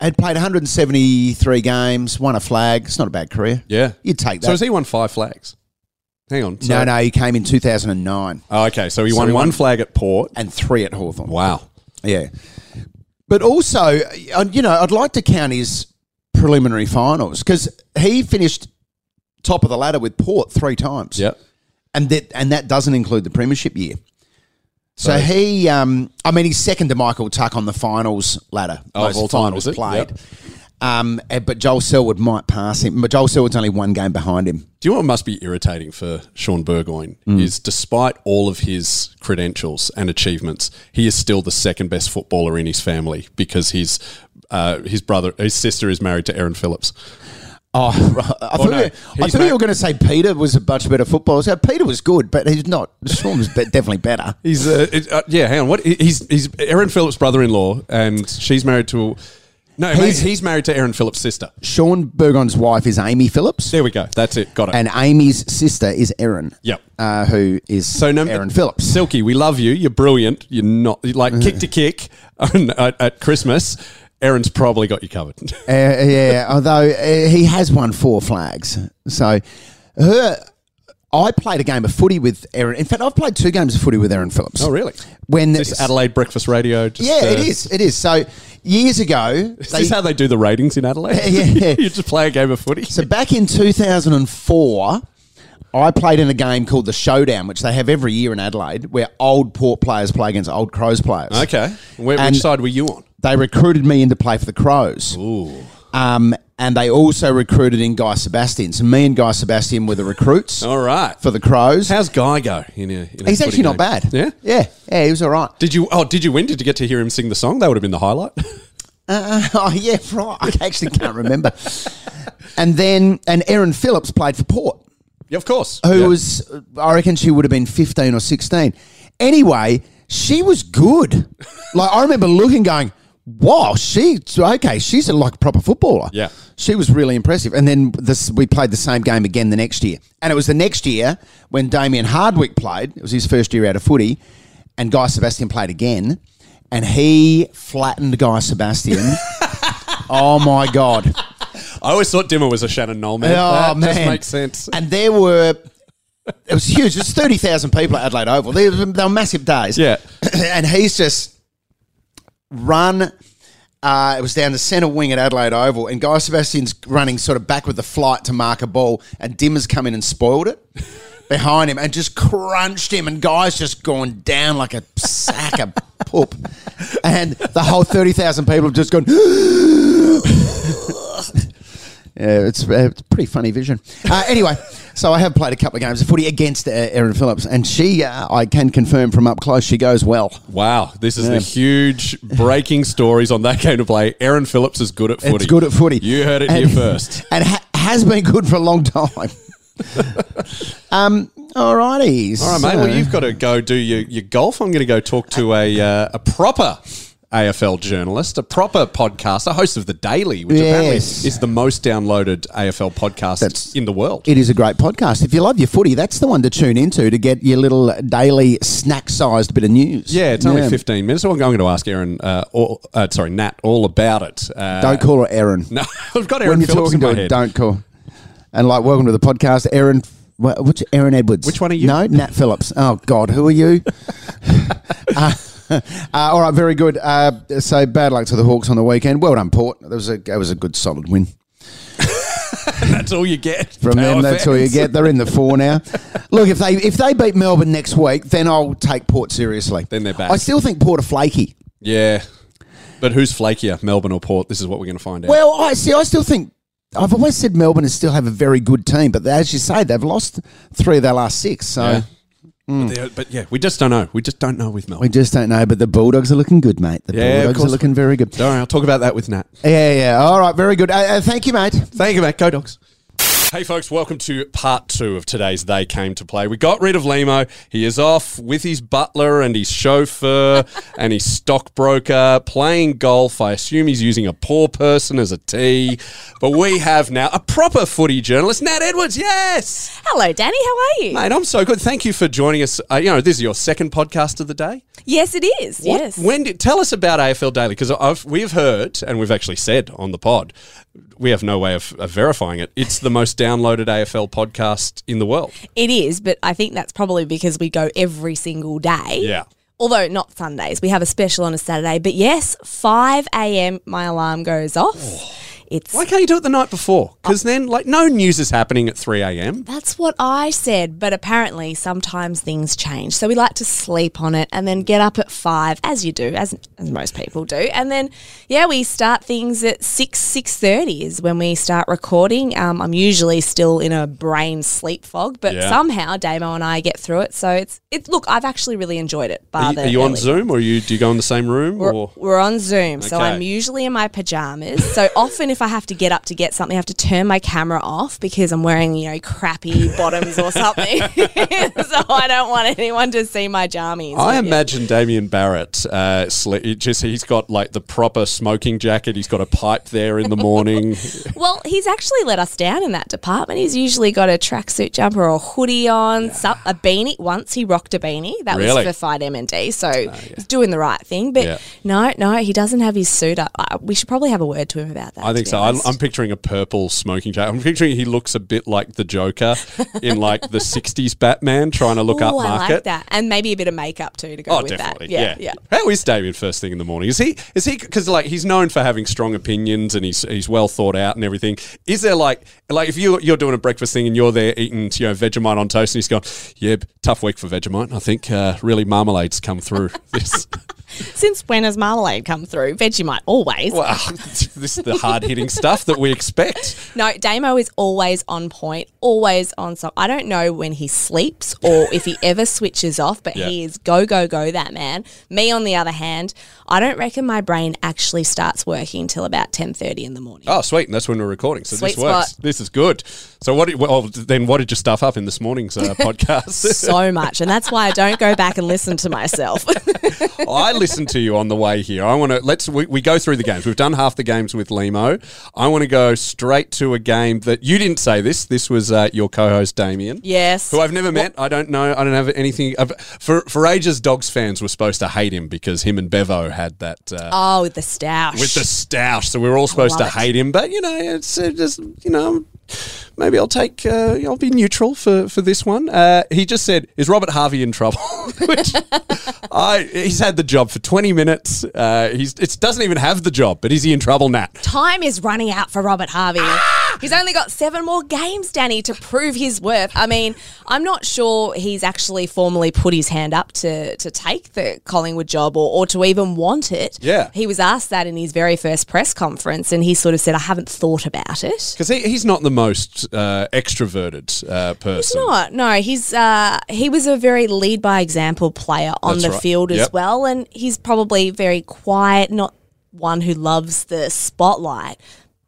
had played 173 games, won a flag. It's not a bad career.
Yeah,
You'd take that.
So has he won five flags? Hang on.
no,
sorry.
no, he came in 2009
Oh, okay, so he
So
won
he
one
won-
flag at Port.
and three at Hawthorn.
Wow.
Yeah. But also, uh, you know, I'd like to count his preliminary finals because he finished top of the ladder with Port three times.
Yep.
And that and that doesn't include the premiership year. So
Right.
he, um, I mean, he's second to Michael Tuck on the finals ladder.
Oh, of
most
all time,
finals
is it?
played.
Yep.
Um, eh, but Joel Selwood might pass him. But Joel Selwood's only one game behind him.
Do you know what must be irritating for Sean Burgoyne is despite all of his credentials and achievements, he is still the second best footballer in his family because his uh, his brother his sister is married to Aaron Phillips.
Oh, right. I
Oh,
thought,
no.
you, I
He's
thought
ma-
you were going to say Peter was a much better footballer. So Peter was good, but he's not. Sean was be- definitely better.
He's uh, it, uh, yeah, hang on. What he- he's he's Aaron Phillips' brother-in-law and she's married to No, he's,
He's-
he's married to Aaron Phillips' sister.
Sean Burgon's wife is Amy Phillips,
There we go. That's it. Got it.
and Amy's sister is Erin.
Yep.
Uh, who is so
no-
Erin Phillips?
Silky, we love you. You're brilliant. You're not you're like kick to kick on, at, at Christmas. Aaron's probably got you covered.
Uh, yeah, although uh, he has won four flags. So her, I played a game of footy with Erin. In fact, I've played two games of footy with Erin Phillips.
oh, really?
When
this Adelaide Breakfast Radio. Just,
Yeah,
uh,
it is. It is. So years ago,
Is
they-
this how they do the ratings in Adelaide?
Yeah.
you just play a game of footy.
So back in 2004, I played in a game called the Showdown, which they have every year in Adelaide, where old Port players play against old Crows players.
okay. Where,
And-
which side were you on?
They recruited me in to play for the Crows.
Ooh.
Um, and they also recruited in Guy Sebastian. So me and Guy Sebastian were the recruits
All right.
for the Crows.
How's Guy go? In a, in a
He's
footy
actually not
game?
bad.
Yeah.
Yeah. Yeah, he was all right.
Did you? Oh, did you win? Did you get to hear him sing the song? That would have been the highlight.
oh, yeah, right. I actually can't remember. and then, and Erin Phillips played for Port.
yeah, of course.
who
Yeah.
was I reckon she would have been 15 or 16. Anyway, she was good. like I remember looking going, "Wow, she okay, she's a like proper footballer."
Yeah.
She was really impressive. And then this we played the same game again the next year. And it was the next year when Damien Hardwick played. It was his first year out of footy and Guy Sebastian played again and he flattened Guy Sebastian. oh my god.
I always thought Dimmer was a Shannon Knoll man.
Oh
that
man,
just makes sense.
And there were. It was huge. There's thirty thousand people at Adelaide Oval. They, they were massive days.
Yeah.
and he's just run. Uh, it was down the centre wing at Adelaide Oval, and Guy Sebastian's running sort of back with the flight to mark a ball, and Dimmer's come in and spoiled it behind him, and just crunched him, and Guy's just gone down like a sack of poop, and the whole thirty thousand people have just gone. Yeah, it's, uh, it's a pretty funny vision. Uh, anyway, so I have played a couple of games of footy against uh, Erin Phillips, and she, uh, I can confirm from up close, she goes well.
Wow, this is the huge breaking stories on that game to play. Aaron Phillips is good at footy.
It's good at footy.
You heard it
And-
here first.
And ha- has been good for a long time. um, all righty.
All right, mate. Well, you've got to go do your, your golf. I'm going to go talk to a uh, a proper AFL journalist, a proper podcaster, host of the Daily, which apparently
Yes.
is the most downloaded AFL podcast
That's-
in the world.
It is a great podcast. If you love your footy, that's the one to tune into to get your little daily snack-sized bit of news.
yeah, it's only 15 minutes. So I'm going to ask Aaron, uh, all, uh, sorry, Nat, all about it. Uh,
Don't call her Erin.
No, I've got Aaron
when you're
Phillips in
talking
my
to her,
head.
don't call. And like, welcome to the podcast, Aaron. wha- Which Aaron Edwards?
Which one are you?
No, Nat Phillips. Oh God, who are you? Uh, Uh, all right, very good. Uh, so bad luck to the Hawks on the weekend. Well done, Port. That was a that was a good solid win
that's all you get
from them.
Power
That's all you
fans.
get. They're in the four now. Look, if they if they beat Melbourne next week, then I'll take Port seriously.
Then they're back.
I still think Port are flaky.
Yeah, but who's flakier, Melbourne or Port? This is what we're going to find out.
Well, I see. I still think I've always said Melbourne is still have a very good team, but as you say, they've lost three of their last six. So.
Yeah. But, they- but yeah, we just don't know. We just don't know with
We
Melbourne.
just don't know, but the Bulldogs are looking good, mate. The
Yeah, of
Bulldogs are
course.
looking very good.
Don't worry, I'll talk about that with Nat.
Yeah, yeah. All right, very good. Uh, uh, thank you, mate.
Thank you, mate. Go dogs. Hey, folks, welcome to part two of today's They Came to Play. We got rid of Limo. He is off with his butler and his chauffeur and his stockbroker playing golf. I assume he's using a poor person as a tee. But we have now a proper footy journalist, Nat Edwards. Yes.
Hello, Danny. How are you?
Mate, I'm so good. Thank you for joining us. Uh, you know, this is your second podcast of the day.
Yes, it is.
What-
Yes.
When did, tell us about AFL Daily because I've we've heard and we've actually said on the pod we have no way of, of verifying it. It's the most downloaded AFL podcast in the world.
it is, but I think that's probably because we go every single day.
Yeah.
Although not Sundays. We have a special on a Saturday. But yes, 5 a.m. my alarm goes off. It's
Oh, Why can't you do it the night
Oh.
before? Because then like no news is happening at three a.m.
that's what I said, but apparently sometimes things change. So we like to sleep on it and then get up at five, as you do, as, as most people do, and then yeah, we start things at six six thirty is when we start recording. Um, I'm usually still in a brain sleep fog, but
Yeah.
somehow Damo and I get through it. So it's it's look, I've actually really enjoyed it. bar
Are you,
the
are you on
early-
Zoom or you do you go in the same room?
we're,
or
we're on Zoom, so
Okay.
I'm usually in my pajamas. So often, if I have to get up to get something, I have to turn my camera off because I'm wearing, you know, crappy bottoms or something. so I don't want anyone to see my jammies.
I
But yeah.
imagine Damien Barrett, uh, sli- it just he's got like the proper smoking jacket. He's got a pipe there in the morning.
Well, he's actually let us down in that department. He's usually got a tracksuit jumper or hoodie on, some, a beanie. Once he rocked a beanie. That
Really?
was for Fight M&D, so he's doing the right thing. But
Yeah.
no, no, he doesn't have his suit up. I, we should probably have a word to him about that.
I
to
think
be
so. I'm,
honest.
I'm picturing a purple smoking jacket. I'm picturing he looks a bit like the Joker in like the '60s Batman, trying to look up
Ooh, I
market.
like that, and maybe a bit of makeup too to go
Oh,
with
definitely.
that.
Yeah. How is David first thing in the morning? Is he is he because like he's known for having strong opinions and he's he's well thought out and everything. Is there like like if you you're doing a breakfast thing and you're there eating you know Vegemite on toast and he's going, yeah, tough week for Vegemite. I think uh, really marmalade's come through this.
Since when has marmalade come through? Vegemite always.
wow, this is the hard hitting stuff that we expect.
No, Damo is always on point, always on. So I don't know when he sleeps or if he ever switches off, but
Yeah.
he is go go go that man. Me on the other hand, I don't reckon my brain actually starts working till about ten thirty in the morning.
Oh, sweet. And that's when we're recording. So
Sweet
this works.
spot.
This is good. So what? Did, well, then what did you stuff up in this morning's uh, podcast?
So much, and that's why I don't go back and listen to myself.
I listened to you on the way here. I want to let's we, we go through the games. We've done half the games with Limo. I want to go straight to a game that you didn't say this. This was uh, your co-host Damien.
yes,
Who I've never met. I don't know. I don't have anything. I've, for for ages, dogs fans were supposed to hate him because him and Bevo had that uh,
oh, with the stoush,
with the stoush. So we were all supposed to
love it.
hate him, but you know, it's uh, just you know, maybe I'll take uh, I'll be neutral for for this one. Uh, he just said, "Is Robert Harvey in trouble?" Which I he's had the job for twenty minutes. Uh, he's it doesn't even have the job, but is he in trouble, Nat?
time is running out for Robert Harvey. He's only got seven more games, Danny, to prove his worth. I mean, I'm not sure he's actually formally put his hand up to to take the Collingwood job or, or to even want it.
Yeah.
He was asked that in his very first press conference and he sort of said, I haven't thought about it.
Because he, he's not the most uh, extroverted uh,
He's
person.
not. No, he's uh, he was a very lead by example player on
That's
the
right.
field as
Yep.
well, and he's probably very quiet, not one who loves the spotlight.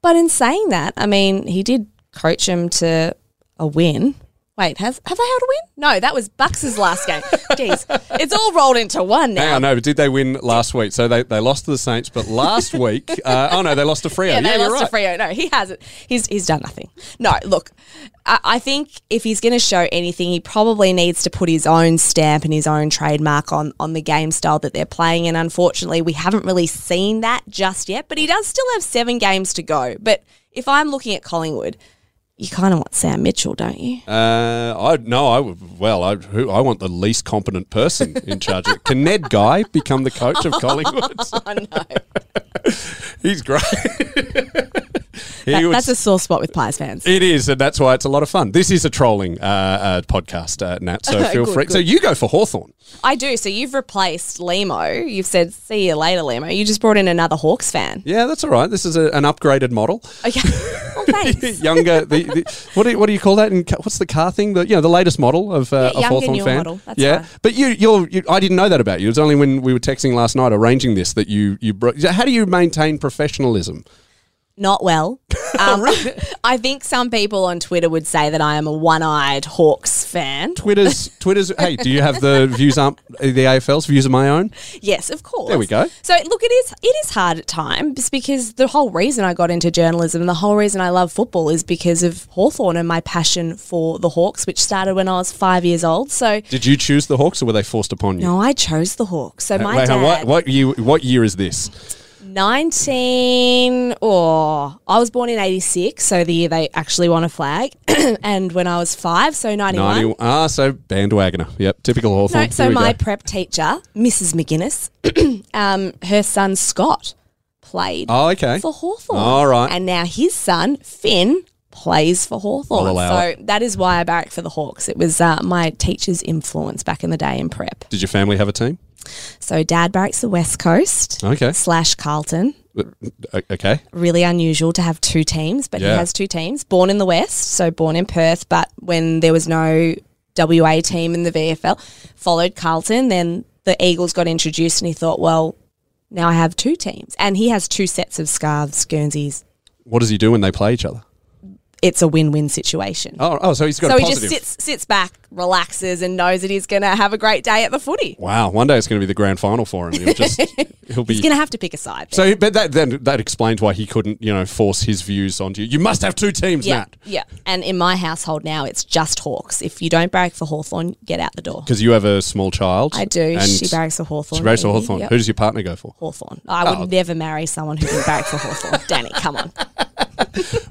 But in saying that, I mean, he did coach him to a win. Wait, has have they had a win? No, that was Bucks' last game. Jeez, it's all rolled into one now.
Hang on, no, but did they win last week? So they, they lost to the Saints, but last week, uh, oh no, they lost to Freo.
Yeah, they
you're
lost
right.
to Frio. No, he hasn't. He's he's done nothing. No, look, I, I think if he's going to show anything, he probably needs to put his own stamp and his own trademark on on the game style that they're playing. And unfortunately, we haven't really seen that just yet. But he does still have seven games to go. But if I'm looking at Collingwood. You kind of want Sam Mitchell, don't you?
Uh, I no, I would- well, I who, I want the least competent person in charge. of it. Can Ned Guy become the coach of
Oh,
Collingwood?
I know.
He's great. He
That-
would
that's a sore spot with Pies fans.
It is, and that's why it's a lot of fun. This is a trolling uh, uh, podcast, uh, Nat, so feel
Good,
free. So
good.
you go for Hawthorn.
I do. So you've replaced Lemo. You've said, see you later, Lemo. You just brought in another Hawks fan.
Yeah, that's all right. This is a, an upgraded model.
Okay. Well, Oh, thanks.
younger, the, the, what, do you, what do you call that? In, ca- what's the car thing? The, you know, the latest model of, uh,
Yeah,
of
younger,
Hawthorn
newer
fan.
model. That's
yeah,
fine.
but you, you're, you, I didn't know that about you. It was only when we were texting last night arranging this that you, you broke. How do you maintain professionalism?
Not well. Um, I think some people on Twitter would say that I am a one-eyed Hawks fan.
Twitter's, Twitter's. hey, do you have the views aren't the AFL's views of my own?
Yes, of course.
There we go.
So look, it is it is hard at times because the whole reason I got into journalism, the whole reason I love football is because of Hawthorn and my passion for the Hawks, which started when I was five years old. So
Did you choose the Hawks or were they forced upon you?
no, I chose the Hawks. So my
Wait,
dad,
what, what year? What year is this?
nineteen, or I was born in eighty six, so the year they actually won a flag, and when I was five, so ninety one.
91. Ah, so bandwagoner. Yep, typical Hawthorn.
No, so my prep teacher, Mrs. McGuinness, um, her son Scott played
Oh, okay.
for Hawthorn.
All right.
And now his son, Finn, plays for
I'll
Hawthorn.
allow
So that is why I barrack for the Hawks. It was uh, my teacher's influence back in the day in prep.
Did your family have a team?
So dad barracks the West Coast
Okay.
slash Carlton.
O- Uh, Okay.
Really unusual to have two teams, but
Yeah.
he has two teams. Born in the West, so born in Perth, but when there was no WA team in the VFL, followed Carlton. Then the Eagles got introduced and he thought, well, now I have two teams. And he has two sets of scarves, Guernseys.
What does he do when they play each other?
It's a win-win situation.
Oh, oh so he's got
so
a
he just
positive.
sits sits back, relaxes, and knows that he's going to have a great day at the footy.
Wow, one day it's going to be the grand final for him. He'll just he'll be.
He's going to have to pick a side. then.
so, but that then that explains why he couldn't, you know, force his views onto you. You must have two teams,
yeah,
Nat,
yeah. And in my household now, it's just Hawks. If you don't barrack for Hawthorn, get out the door.
because you have a small child.
I do.
and
she barracks for Hawthorn.
She barracks for
Amy.
Hawthorn.
Yep.
Who does your partner go for?
Hawthorn. I would
Oh.
never marry someone who didn't barrack for Hawthorn. Danny, come on.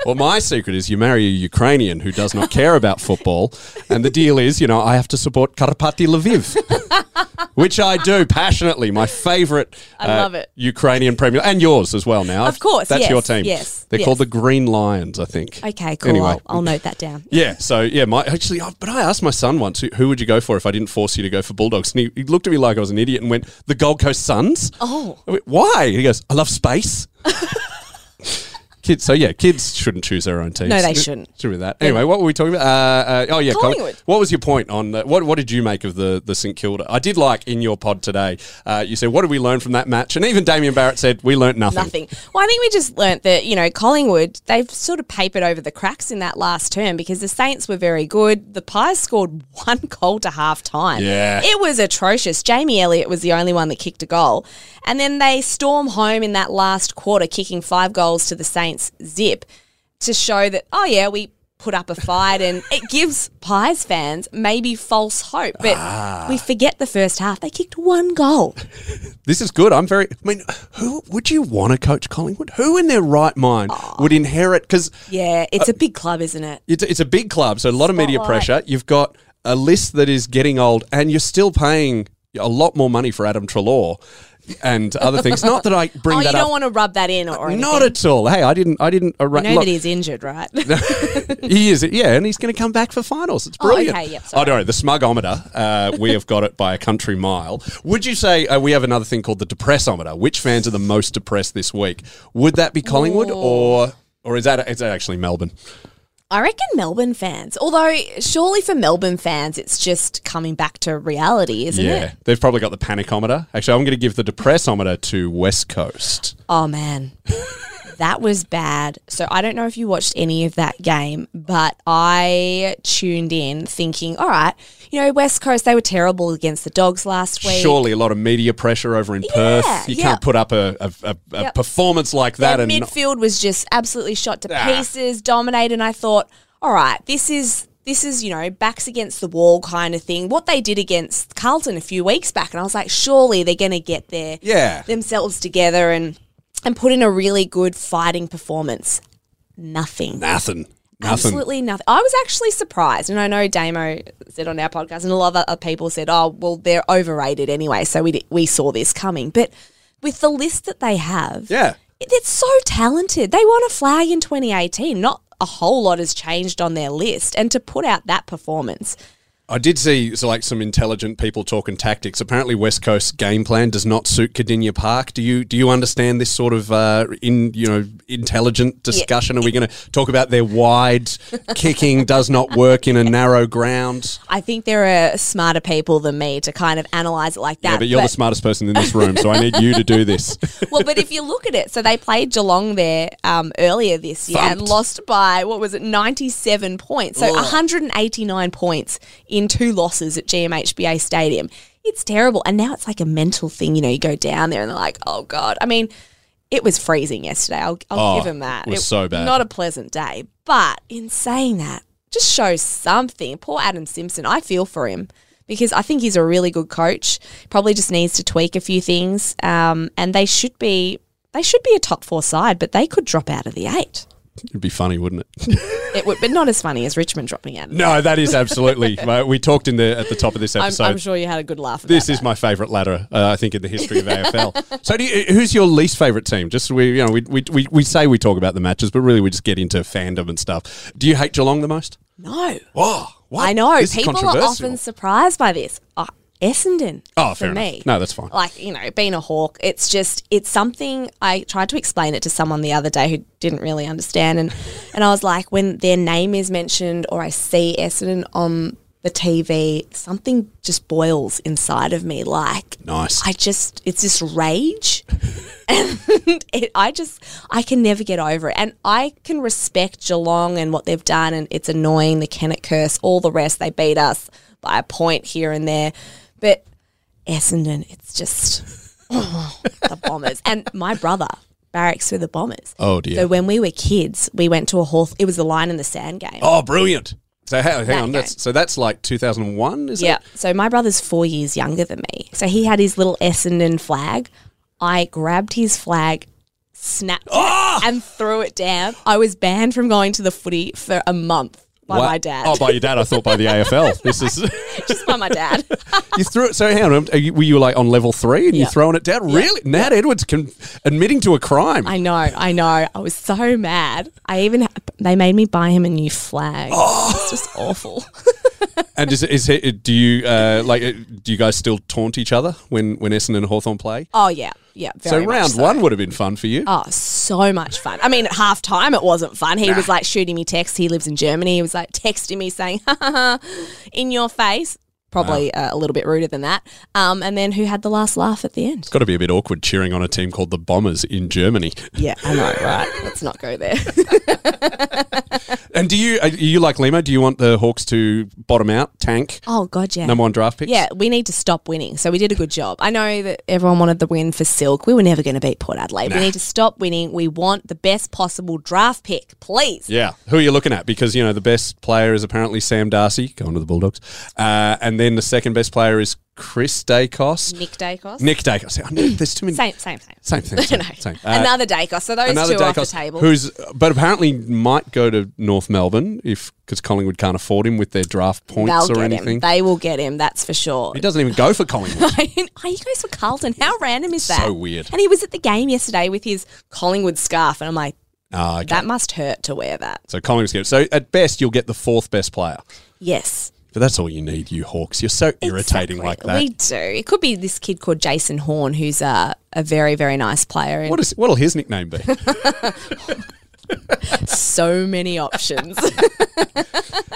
Well, my secret is you marry a Ukrainian who does not care about football, and the deal is, you know, I have to support Karpati Lviv, which I do passionately. My favourite,
I love it.
Ukrainian Premier and yours as well. Now,
Of course,
that's
yes,
your team.
yes,
they're
yes.
called the Green Lions, I think.
Okay, cool.
Anyway.
I'll, I'll note that down.
Yeah, so yeah, my actually, I- but I asked my son once, who, who would you go for if I didn't force you to go for Bulldogs? And he, he looked at me like I was an idiot and went, "The Gold Coast Suns."
Oh.
I went, why? He goes, "I love space." kids, so yeah, kids shouldn't choose their own teams.
No, they shouldn't.
Should be that. Anyway, what were we talking about? Uh, uh, oh yeah, Colin-
Collingwood.
What was your point on the, what? What did you make of the the St Kilda? I did like in your pod today. Uh, you said, "What did we learn from that match?" And even Damien Barrett said, "We learnt nothing."
Nothing. Well, I think we just learnt that, you know, Collingwood, they've sort of papered over the cracks in that last term because the Saints were very good. The Pies scored one goal to half time.
Yeah.
It was atrocious. Jamie Elliott was the only one that kicked a goal. And then they storm home in that last quarter, kicking five goals to the Saints zip to show that, oh, yeah, we put up a fight and it gives Pies fans maybe false hope. But
Ah.
we forget the first half. They kicked one goal.
This is good. I'm very. I mean, who would you want to coach Collingwood? Who in their right mind
Ah.
would inherit? Because
Yeah, it's a big club, isn't it?
it's, it's a big club, so a lot of media
Spotlight.
pressure. You've got a list that is getting old, and you're still paying a lot more money for Adam Trelaw and other things. Not that I bring
Oh, you
that
don't
up.
want to rub that in or, or
Not
anything.
at all. Hey, I didn't. I didn't. Arra-
You know
look-
that he's injured, right?
he is, yeah, and he's going to come back for finals. It's
Oh, okay,
brilliant.
yep,
oh
sorry.
no, the smugometer. Uh, we have got it by a country mile. Would you say uh, we have another thing called the depressometer? Which fans are the most depressed this week? Would that be Collingwood or or is that is that actually Melbourne?
I reckon Melbourne fans. Although, surely for Melbourne fans, it's just coming back to reality, isn't
yeah,
it?
they've probably got the panicometer. Actually, I'm going to give the depressometer to West Coast.
Oh man, that was bad. So I don't know if you watched any of that game, but I tuned in thinking, all right, you know, West Coast they were terrible against the Dogs last week.
Surely a lot of media pressure over in Perth. You
yeah.
can't put up a, a, a, a
Yep.
performance like that
Their
and not-
midfield was just absolutely shot to
Ah.
pieces, dominated. And I thought, all right, this is this is you know backs against the wall kind of thing. What they did against Carlton a few weeks back, and I was like, surely they're going to get their
Yeah.
themselves together and and put in a really good fighting performance. Nothing.
nothing. Nothing.
Absolutely nothing. I was actually surprised, and I know Damo said on our podcast, and a lot of other people said, "Oh, well, they're overrated anyway." So we di- we saw this coming, but with the list that they have,
Yeah.
it- it's so talented. They won a flag in 2018. Not a whole lot has changed on their list, and to put out that performance,
I did see so like some intelligent people talking tactics. Apparently, West Coast game plan does not suit Cadinia Park. Do you do you understand this sort of uh, in you know intelligent discussion? Are we going to talk about their wide kicking does not work in a narrow ground?
I think there are smarter people than me to kind of analyze it like that.
yeah, but you're the smartest person in this room, so I need you to do this.
well, but if you look at it, so they played Geelong there um, earlier this year and
Thumped.
lost by what was it, ninety-seven points? So one hundred and eighty-nine points in two losses at GMHBA Stadium. It's terrible, and now it's like a mental thing. You know, you go down there and they're like, "Oh God!" I mean, it was freezing yesterday. I'll, I'll
Oh,
give them that.
it was so bad.
Not a pleasant day. But in saying that, just shows something. Poor Adam Simpson. I feel for him because I think he's a really good coach. Probably just needs to tweak a few things. Um, and they should be they should be a top four side, but they could drop out of the eight.
It'd be funny, wouldn't it?
It would, but not as funny as Richmond dropping out. Of
No, that is absolutely. uh, we talked in the at the top of this
I'm,
episode.
I'm sure you had a good laugh. About
This
that.
is my favourite ladder, uh, I think, in the history of AFL. So, do you, who's your least favourite team? Just so we, you know, we, we, we, we say we talk about the matches, but really we just get into fandom and stuff. Do you hate Geelong the most?
no.
Oh, what?
I know
This is
people are
controversial.
often surprised by this. Oh, Essendon.
Oh,
for
fair enough.
me.
No, that's fine.
Like you know, being a hawk, it's just it's something. I tried to explain it to someone the other day who didn't really understand, and and I was like, when their name is mentioned or I see Essendon on the TV, something just boils inside of me. Like
Nice.
I just it's this rage, and it, I just I can never get over it. And I can respect Geelong and what they've done, and it's annoying the Kennett curse, all the rest. They beat us by a point here and there, but Essendon, it's just oh, the Bombers. And my brother barracks for the Bombers.
Oh, dear.
So when we were kids, we went to a Hawth. It was the line in the sand game.
oh, brilliant. So, hang, hang on.
game.
That's, so, that's like 2001, is
Yeah.
it?
So my brother's four years younger than me. So he had his little Essendon flag. I grabbed his flag, snapped
Ah!
it, and threw it down. I was banned from going to the footy for a month by
Wow.
my dad.
Oh, by your dad. I thought by the AFL. This is.
Just by my dad.
You threw it. So hang on, are you, were you like on level three and
Yeah.
you're throwing it down? Really? Nat Edwards con- admitting to a crime.
I know, I know. I was so mad. I even they made me buy him a new flag.
Oh.
It's just awful.
And is, is he, do you uh, like? uh, Do you guys still taunt each other when when Essendon and Hawthorn play?
Oh yeah, yeah. Very
so
much
round
so.
one would have been fun for you.
Oh, so much fun. I mean, at half time, it wasn't fun. He was like shooting me texts. He lives in Germany. He was like texting me saying, ha, ha, ha, in your face. Probably uh, a little bit ruder than that. Um, and then who had the last laugh at the end?
Got to be a bit awkward cheering on a team called the Bombers in Germany.
Yeah, I know, right? Let's not go there.
And do you are you like Lima? Do you want the Hawks to bottom out, tank,
oh, God, yeah.
number one draft picks?
Yeah, we need to stop winning. So we did a good job. I know that everyone wanted the win for Silk. We were never going to beat Port Adelaide. We need to stop winning. We want the best possible draft pick, please.
Yeah, who are you looking at? Because you know the best player is apparently Sam Darcy going to the Bulldogs, uh, and then the second best player is Chris Dacos,
Nick Dacos.
Nick Dacos. I know there's too many
Same, same, same.
same thing. Same,
No.
same. Uh,
another Dacos. So those two are off the
Dacos,
table.
Who's but apparently might go to North Melbourne if because Collingwood can't afford him with their draft points
They'll
or
get
anything.
him. They will get him. That's for sure.
he doesn't even go for Collingwood.
Are you guys for Carlton? How random is
So
that?
weird.
And he was at the game yesterday with his Collingwood scarf, and I'm like,
Ah, okay.
that must hurt to wear that.
so Collingwood's good. So at best you'll get the fourth best player,
Yes,
but that's all you need. You Hawks, you're so irritating
Exactly.
like that.
We do. It could be this kid called Jason Horn, who's a, a very very nice player, and
what is what'll his nickname be?
so many options.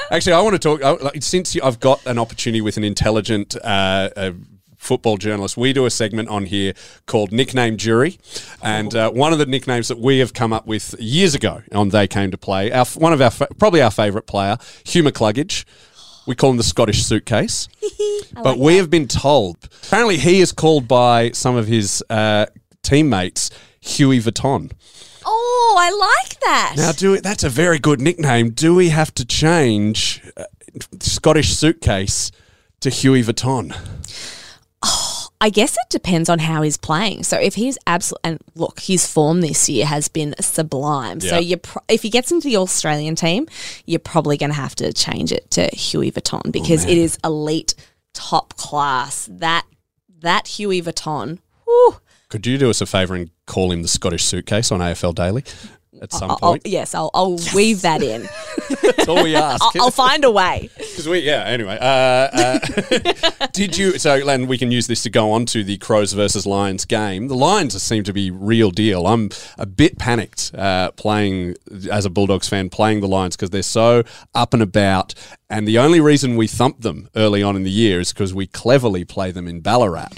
Actually, I want to talk. I, like, since you, I've got an opportunity with an intelligent uh, uh, football journalist, we do a segment on here called Nickname Jury. And uh, one of the nicknames that we have come up with years ago on They Came to Play, our, f- one of our, fa- probably our favourite player, Hugh McCluggage. We call him the Scottish suitcase. but we have been told, apparently, he is called by some of his uh, teammates Huey Vuitton.
oh, I like that.
Now, do it. That's a very good nickname. Do we have to change uh, Scottish suitcase to Huey Vuitton?
I guess it depends on how he's playing. So if he's absolute, and look, his form this year has been sublime. So
Yeah.
you, pro- if he gets into the Australian team, you're probably going to have to change it to Huey Vuitton because
Oh,
it is elite, top class. That that Huey Vuitton. whew,
Could you do us a favour and call him the Scottish suitcase on AFL Daily at some
I'll, I'll,
point?
yes, I'll, I'll weave that in.
That's all we ask.
I'll, I'll find a way.
'Cause we, yeah. Anyway, uh, uh, did you? So, Len, we can use this to go on to the Crows versus Lions game. The Lions seem to be real deal. I'm a bit panicked uh, playing as a Bulldogs fan playing the Lions because they're so up and about. And the only reason we thumped them early on in the year is because we cleverly play them in Ballarat,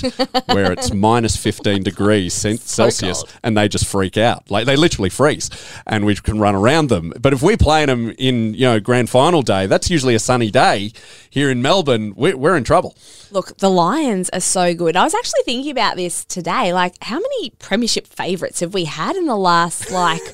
where it's minus 15 degrees cen- Celsius, and they just freak out. Like they literally freeze, and we can run around them. But if we're playing them in you know grand final day, that's usually a sunny day. Here in Melbourne, we're, we're in trouble.
Look, the Lions are so good. I was actually thinking about this today. Like, how many premiership favourites have we had in the last like?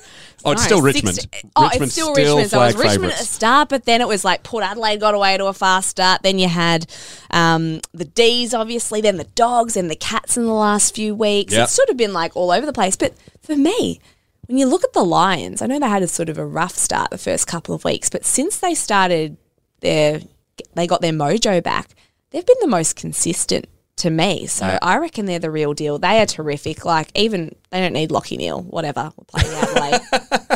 Oh, it's
I
still
don't know,
Richmond.
oh,
Richmond's
it's
still
still, Richmond. So it was
flag
Richmond at the
favourites.
start, but then it was like Port Adelaide got away to a fast start. Then you had um, the D's, obviously, then the Dogs and the Cats in the last few weeks.
Yep.
It's sort of been like all over the place. But for me, when you look at the Lions, I know they had a sort of a rough start the first couple of weeks, but since they started their they got their mojo back, they've been the most consistent to me. So I reckon they're the real deal. They are terrific. Like even they don't need Lockie Neal, whatever. We're playing Adelaide.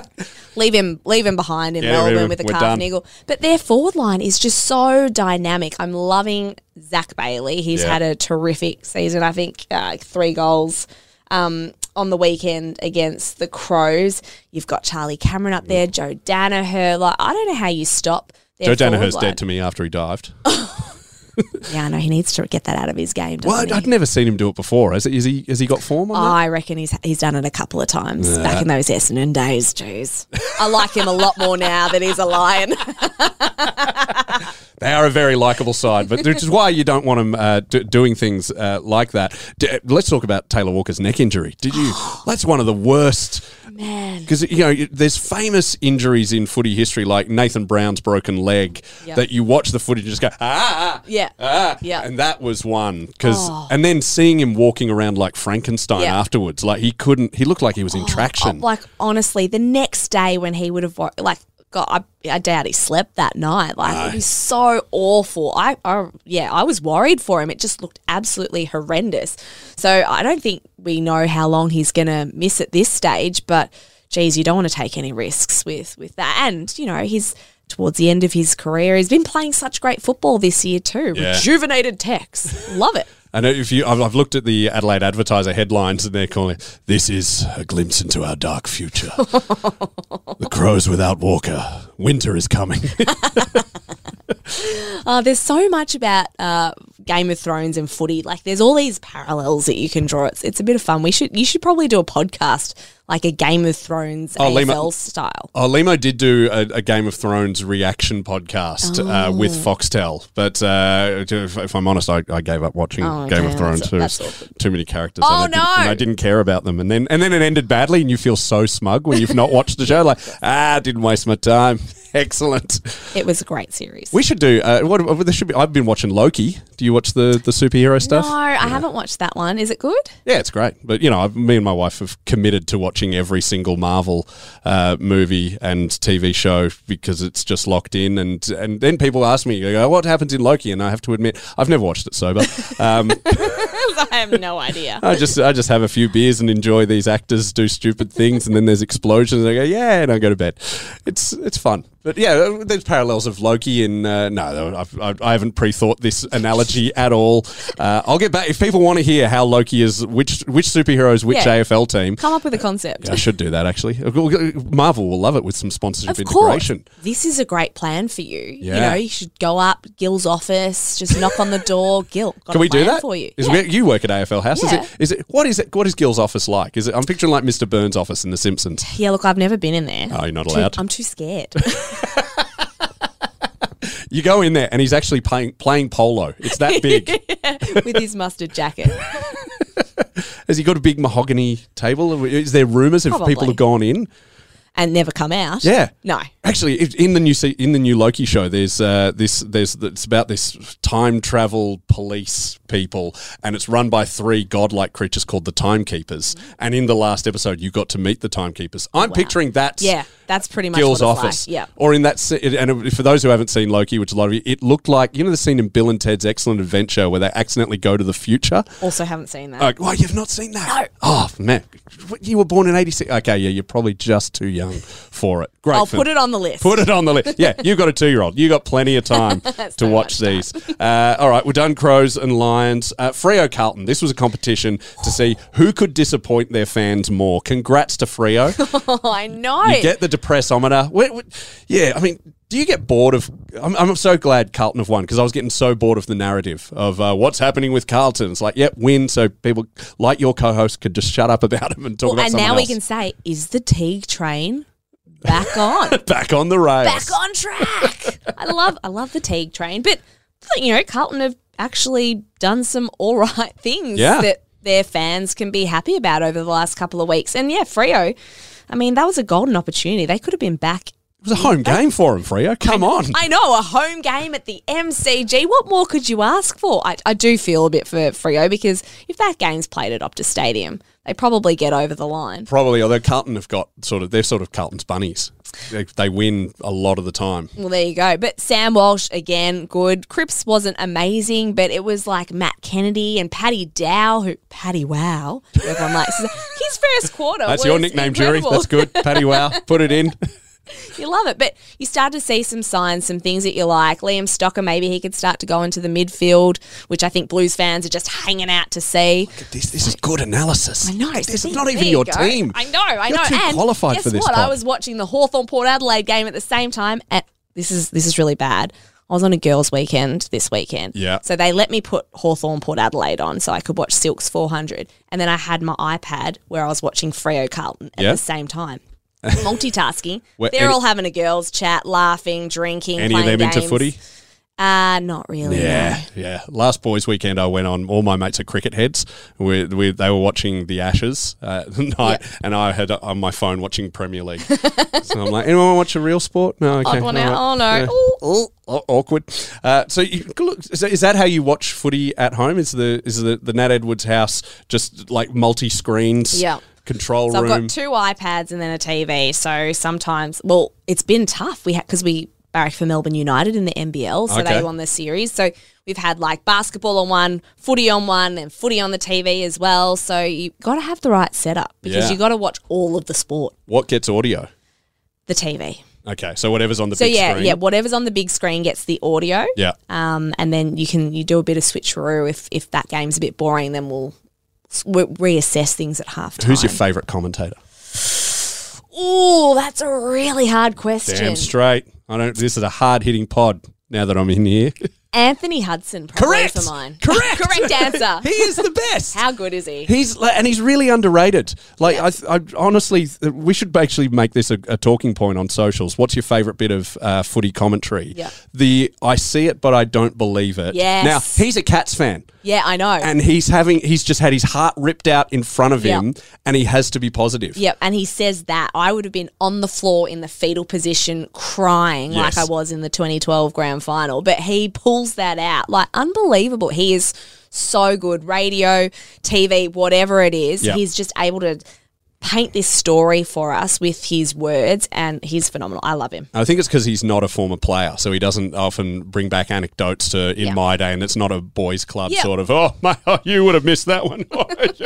leave him leave him behind in
Yeah, we're-
Melbourne with a
we're
calf
done.
niggle. But their forward line is just so dynamic. I'm loving Zach Bailey. He's
Yeah.
had a terrific season. I think uh, three goals um, on the weekend against the Crows. You've got Charlie Cameron
Mm.
up there, Joe Danaher. Like I don't know how you stop.
Joe
their forward
Danaher's
line.
dead to me after he dived.
Yeah, I know he needs to get that out of his game.
well,
Doesn't
I'd
he?
never seen him do it before. Has, is he? Has he got form on that?
I reckon he's he's done it a couple of times back in those Essendon days. Jeez, I like him a lot more now that he's a lion.
They are a very likable side, but which is why you don't want them uh, d- doing things uh, like that. D- let's talk about Taylor Walker's neck injury. Did you? that's one of the worst.
Man,
Because you know, you- there's famous injuries in footy history, like Nathan Brown's broken leg,
Yeah.
that you watch the footage and just go, ah,
Yeah.
ah,
Yeah. Oh.
and that was one. Because and then seeing him walking around like Frankenstein
Yeah.
afterwards, like he couldn't, he looked like he was in traction.
Oh, like honestly, the next day when he would have wa- like God, I, I doubt he slept that night. Like it was so awful. I, I yeah, I was worried for him. It just looked absolutely horrendous. So I don't think we know how long he's gonna miss at this stage. But geez, you don't want to take any risks with with that. And you know he's. Towards the end of his career, he's been playing such great football this year too.
Yeah.
Rejuvenated Tex, love it.
And if you, I've, I've looked at the Adelaide Advertiser headlines, and they're calling it, "This is a glimpse into our dark future." the crows without Walker. Winter is coming.
Uh, there's so much about uh, Game of Thrones and footy. Like, there's all these parallels that you can draw. It's it's a bit of fun. We should you should probably do a podcast like a Game of Thrones
Oh,
AFL
Lima-
style.
Oh, Limo did do a, a Game of Thrones reaction podcast uh, with
Oh.
Foxtel, but uh, if, if I'm honest, I, I gave up watching
Oh,
Game of
okay,
Thrones.
that's-
There was
that's awkward.
too many characters.
Oh,
and I didn't- and
no!
I didn't care about them, and then and then it ended badly, and you feel so smug when you've not watched the show. Like, ah, didn't waste my time. Excellent.
It was a great series.
We should do. Uh, what what- there should be. I've been watching Loki. Do you watch the the superhero
no,
stuff?
I haven't watched that one. Is it good?
Yeah, it's great. But you know, I've, me and my wife have committed to watching every single Marvel uh, movie and TV show because it's just locked in. And and then people ask me, they go, "What happens in Loki?" And I have to admit, I've never watched it sober. Um,
I have no idea.
I just I just have a few beers and enjoy these actors do stupid things, and then there's explosions. And I go, yeah, and I go to bed. It's it's fun, but yeah, there's parallels of Loki and uh, no, I've, I, I haven't pre-thought this analogy at all. Uh, I'll get back if people want to hear how Loki is, which which superheroes, which
Yeah.
AFL team.
Come up with a concept.
I should do that actually. Marvel will love it with some sponsorship
Of course,
integration.
this is a great plan for you. You
Yeah.
know, you should go up Gil's office, just knock on the door. Gil, got
Can
a
we do
plan
that
for you?
Is
Yeah.
we- you work at AFL House?
Yeah.
Is it? Is it? What is it? What is Gil's office like? Is it? I'm picturing like Mr. Burns' office in The Simpsons.
Yeah, look, I've never been in there.
Oh, you're not
Too-
allowed.
I'm too scared.
You go in there and he's actually playing playing polo. It's that big.
with his mustard jacket.
Has he got a big mahogany table? Is there rumours if people
Probably.
have gone in?
and never come out.
Yeah.
No.
Actually, it- in the new se- in the new Loki show, there's uh, this there's it's about this time travel police people, and it's run by three godlike creatures called the Timekeepers. And in the last episode, you got to meet the Timekeepers. I'm picturing that.
Yeah, that's pretty much
Gil's
what it's
office.
like. Yeah.
Or in that, se- it- and it- for those who haven't seen Loki, which a lot of you, it looked like you know the scene in Bill and Ted's Excellent Adventure where they accidentally go to the future.
Also haven't seen that.
Oh, well, you've not seen that. Oh man, What, you were born in '86. Okay, yeah, you're probably just too young for it. Great.
I'll
film.
put it on the list.
Put it on the list. Yeah, you've got a two-year-old. You got plenty of time to watch these. Uh, all right, we're done. Crows and lions. Uh, Frio Carlton. This was a competition to see who could disappoint their fans more. Congrats to Frio.
Oh, I know.
You get the depressometer. Wait, wait, yeah, I mean, do you get bored of? I'm, I'm so glad Carlton have won because I was getting so bored of the narrative of uh, what's happening with Carlton. It's like, yep, win. So people like your co-host could just shut up about him and talk
Well,
about.
and now
someone
we
else.
can say, is the Teague train back on?
back on the rails.
back on track. I love I love the Teague train, but you know Carlton have actually done some all right things
Yeah.
that their fans can be happy about over the last couple of weeks. And yeah, Frio, I mean that was a golden opportunity. They could have been back.
It was a home game for him, Frio. Come on.
I know a home game at the MCG. What more could you ask for? I, I do feel a bit for Frio because if that game's played at Optus Stadium, they probably get over the line.
Probably, although Carlton have got sort of, they're sort of Carlton's bunnies. They, they win a lot of the time.
Well, there you go. But Sam Walsh, again, good. Cripps wasn't amazing, but it was like Matt Kennedy and Paddy Dow, who, Paddy Wow, everyone likes. His first quarter.
That's
was
your nickname, Jury.
incredible.
That's good. Paddy Wow, put it in.
You love it. But you start to see some signs, some things that you like. Liam Stocker, maybe he could start to go into the midfield, which I think Blues fans are just hanging out to see.
This, this is good analysis.
I know.
This is
see,
not even
there you
your
go.
team.
I know. I
You're
know.
too
and
qualified
guess
for this
What I
pod.
was watching the Hawthorn Port Adelaide game at the same time. At this is this is really bad. I was on a girls' weekend this weekend.
Yeah.
So they let me put Hawthorn Port Adelaide on so I could watch Silks 400. And then I had my iPad where I was watching Freo Carlton at
Yeah.
the same time. Multitasking.
Where
They're
any-
all having a girls' chat, laughing, drinking.
Any of
playing
them into
games.
footy?
Uh, not really. no.
Yeah, yeah. Last boys' weekend, I went on. All my mates are cricket heads. We, we they were watching the Ashes uh, at night, and I had uh, on my phone watching Premier League. so I'm like, anyone want to watch a real sport? No, okay.
Odd one
all
out. Oh, no. Ooh.
Oh, oh, awkward. Uh, so, you, look, is, that, is that how you watch footy at home? Is the is the, the Nat Edwards house just like multi screens?
Yeah.
Control
So
room.
I've got two iPads and then a TV. So sometimes, well, it's been tough. We had because we barrack for Melbourne United in the NBL, so
Okay.
they won the series. So we've had like basketball on one, footy on one, and footy on the TV as well. So you got to have the right setup because
Yeah.
you got to watch all of the sport,
what gets audio?
the TV.
Okay, so whatever's on the
So
big
yeah,
screen.
yeah, whatever's on the big screen gets the audio.
Yeah.
Um, and then you can you do a bit of switcheroo if if that game's a bit boring, then we'll. s- we- Reassess things at halftime.
Who's your favourite commentator?
Ooh, that's a really hard question.
Damn straight. I don't. This is a hard hitting pod. Now that I'm in here,
Anthony Hudson, probably
Correct.
for mine.
Correct.
Correct answer.
he is the best.
How good is he?
He's li- and he's really underrated. Like I, th- I honestly, th- we should actually make this a, a talking point on socials. What's your favorite bit of uh, footy commentary?
Yeah.
The I see it, but I don't believe it.
Yes.
Now he's a Cats fan.
Yeah, I know.
And he's having, he's just had his heart ripped out in front of
Yeah.
him, and he has to be positive.
yep, and he says that I would have been on the floor in the fetal position crying
Yes.
like I was in the 2012 grand final, but he pulls that out. Like unbelievable. He is so good radio, TV, whatever it is.
Yeah.
He's just able to paint this story for us with his words and he's phenomenal. I love him.
I think it's because he's not a former player, so he doesn't often bring back anecdotes to in
Yeah.
my day, and it's not a boys' club
Yeah.
sort of. Oh my, you would have missed that one.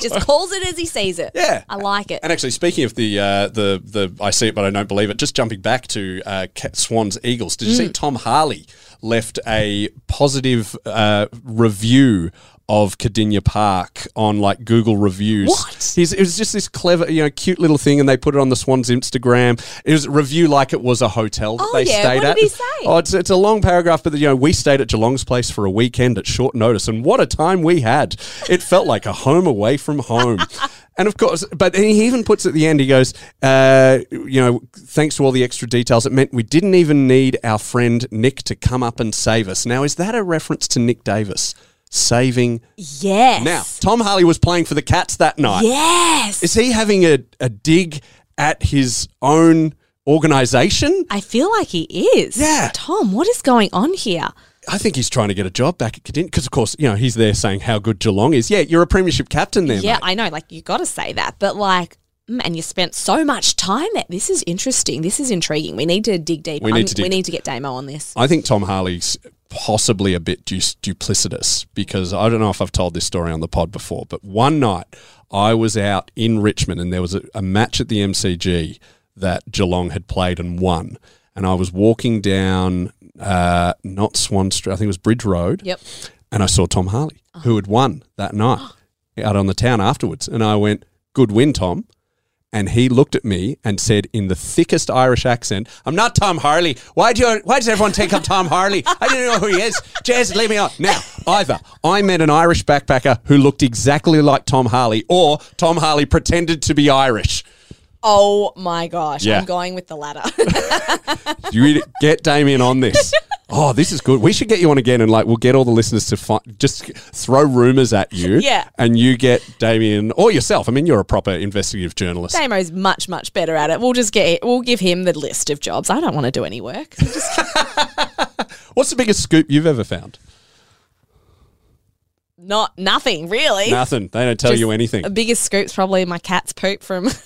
Just calls it as he sees it.
Yeah.
I like it.
And actually, speaking of the uh, the the, I see it, but I don't believe it. Just jumping back to uh, Ca- Swans Eagles. Did you
Mm.
see Tom Harley left a positive uh, review? Of Cadinia Park on like Google reviews.
What?
He's, it was just this clever, you know, cute little thing, and they put it on the Swans Instagram. It was a review like it was a hotel that
Oh,
they
yeah.
stayed
What
at.
did he say?
Oh, it's, it's a long paragraph, but you know, we stayed at Geelong's place for a weekend at short notice, and what a time we had! It felt like a home away from home. And of course, but he even puts at the end, he goes, uh, you know, thanks to all the extra details, it meant we didn't even need our friend Nick to come up and save us. Now, is that a reference to Nick Davis saving?
Yes.
Now, Tom Harley was playing for the Cats that night.
Yes.
Is he having a, a dig at his own organization.
I feel like he is.
Yeah.
Tom, what is going on here?
I think he's trying to get a job back at Cadin because, of course, you know he's there saying how good Geelong is. Yeah, you're a premiership captain there.
yeah,
mate.
I know. Like, you got to say that. But, like, mm, and you spent so much time there. This is interesting. This is intriguing. We need to dig deep.
We
I
need
mean,
to dig-
we need to get Damo on this.
I think Tom Harley's possibly a bit du- duplicitous because I don't know if I've told this story on the pod before, but one night I was out in Richmond and there was a, a match at the MCG that Geelong had played and won. And I was walking down, uh, not Swan Street, I think it was Bridge Road.
Yep.
And I saw Tom Harley, who had won that night out on the town afterwards. And I went, Good win, Tom. And he looked at me and said in the thickest Irish accent, I'm not Tom Harley. Why, do you, why does everyone take up Tom Harley? I don't know who he is. Jez, leave me on. Now, either I met an Irish backpacker who looked exactly like Tom Harley, or Tom Harley pretended to be Irish.
Oh, my gosh.
Yeah.
I'm going with the latter.
You really- get Damien on this. Oh, this is good. We should get you on again and like we'll get all the listeners to fi- just throw rumors at you.
Yeah.
And you get Damien or yourself. I mean, you're a proper investigative journalist.
Damo's much, much better at it. We'll just get, we'll give him the list of jobs. I don't want to do any work.
What's the biggest scoop you've ever found?
Not, nothing, really.
Nothing. They don't tell
Just
you anything.
The biggest scoop's probably my cat's poop from this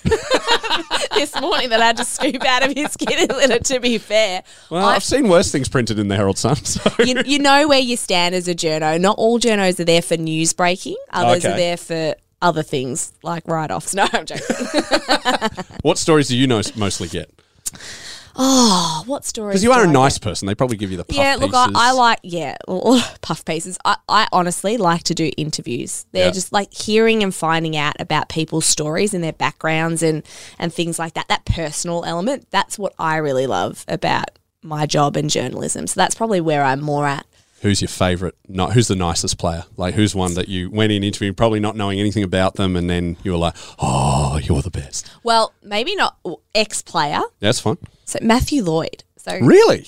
morning that I had to scoop out of his kitty litter, to be fair.
Well,
I-
I've seen worse things printed in the Herald Sun. So.
you, you know where you stand as a journo. Not all journos are there for news breaking, others
Okay.
are there for other things like write offs. No, I'm joking.
what stories do you know, mostly get?
Oh, what story?
Because you are a nice person. They probably give you the puff
Yeah, look, I,
pieces.
I like, yeah, well, puff pieces. I, I honestly like to do interviews. They're
Yeah.
just like hearing and finding out about people's stories and their backgrounds and, and things like that. That personal element, that's what I really love about my job and journalism. So that's probably where I'm more at.
Who's your favourite? No, who's the nicest player? Like, who's one that you went in interviewing, probably not knowing anything about them, and then you were like, oh, you're the best.
Well, maybe not ex player.
That's fine.
So Matthew Lloyd. So
Really?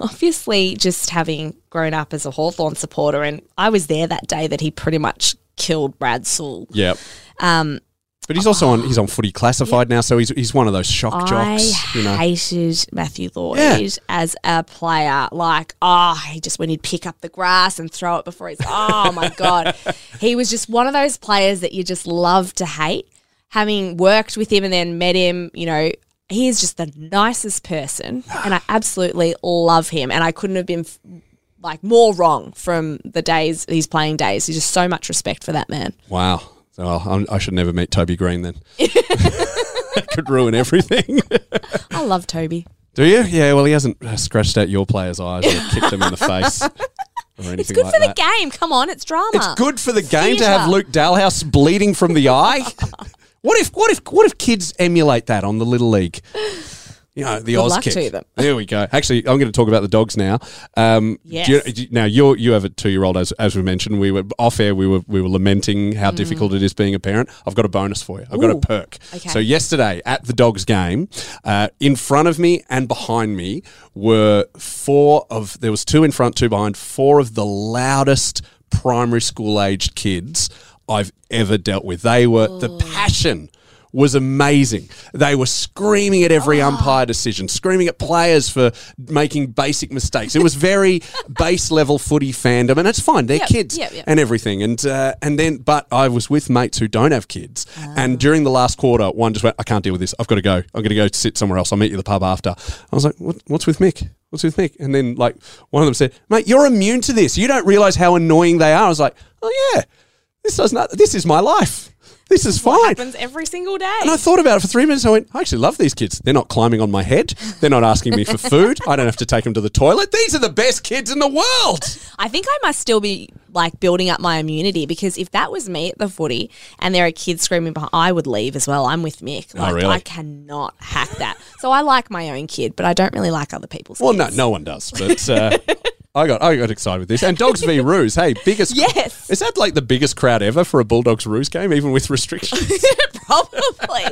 obviously just having grown up as a Hawthorn supporter and I was there that day that he pretty much killed Brad Sewell.
Yeah. Um, but he's also on. He's on Footy Classified now, so he's he's one of those shock jocks.
I
You know.
hated Matthew Lloyd
Yeah.
as a player. Like, oh, he just when he'd pick up the grass and throw it before he's oh my god, he was just one of those players that you just love to hate. Having worked with him and then met him, you know, he is just the nicest person, and I absolutely love him. And I couldn't have been. f- Like more wrong from the days his playing days. There's just so much respect for that man.
Wow. So I'll, I should never meet Toby Green then. that could ruin everything.
I love Toby.
Do you? Yeah. Well, he hasn't uh, scratched out your player's eyes or kicked them in the face or anything
It's good
like
for
that.
the game. Come on, it's drama.
It's good for the game to
Theatre.
have Luke Dalhouse bleeding from the eye. what if what if what if kids emulate that on the little league? You know the Oz
luck
kick.
to them.
There we go. Actually, I'm going to talk about the dogs now. Um, do you-
Yes.
do you- now you you have a two year old as as we mentioned. We were off air. We were we were lamenting how difficult it is being a parent. I've got a bonus for you. I've got a
Mm. Ooh.
perk.
Okay.
So yesterday at the dogs game, uh, in front of me and behind me were four of there was two in front, two behind, four of the loudest primary school aged kids I've ever dealt with. They were
Oh.
the passion was amazing. They were screaming at every
Oh.
umpire decision, screaming at players for making basic mistakes. It was very base level footy fandom, and it's fine. They're
Yep,
kids
yep, yep.
and everything. And uh, and then, but I was with mates who don't have kids, and during the last quarter, one just went, "I can't deal with this. I've got to go. I'm going to go sit somewhere else. I'll meet you at the pub after." I was like, what, "What's with Mick?" What's with Mick? And then, like, one of them said, Mate, you're immune to this. You don't realize how annoying they are. I was like, Oh, yeah, this does not, this is my life. This is fine.
happens every single day.
And I thought about it for three minutes. I went, I actually love these kids. They're not climbing on my head. They're not asking me for food. I don't have to take them to the toilet. These are the best kids in the world.
I think I must still be like building up my immunity because if that was me at the footy and there are kids screaming behind, I would leave as well. I'm with Mick. Like,
Oh, really?
I cannot hack that. so I like my own kid, but I don't really like other people's
Well,
kids.
no, no one does. But uh, I got I got excited with this. And Dogs v Roos, hey, biggest
Yes.
Is that like the biggest crowd ever for a Bulldogs Roos game, even with restrictions?
Probably.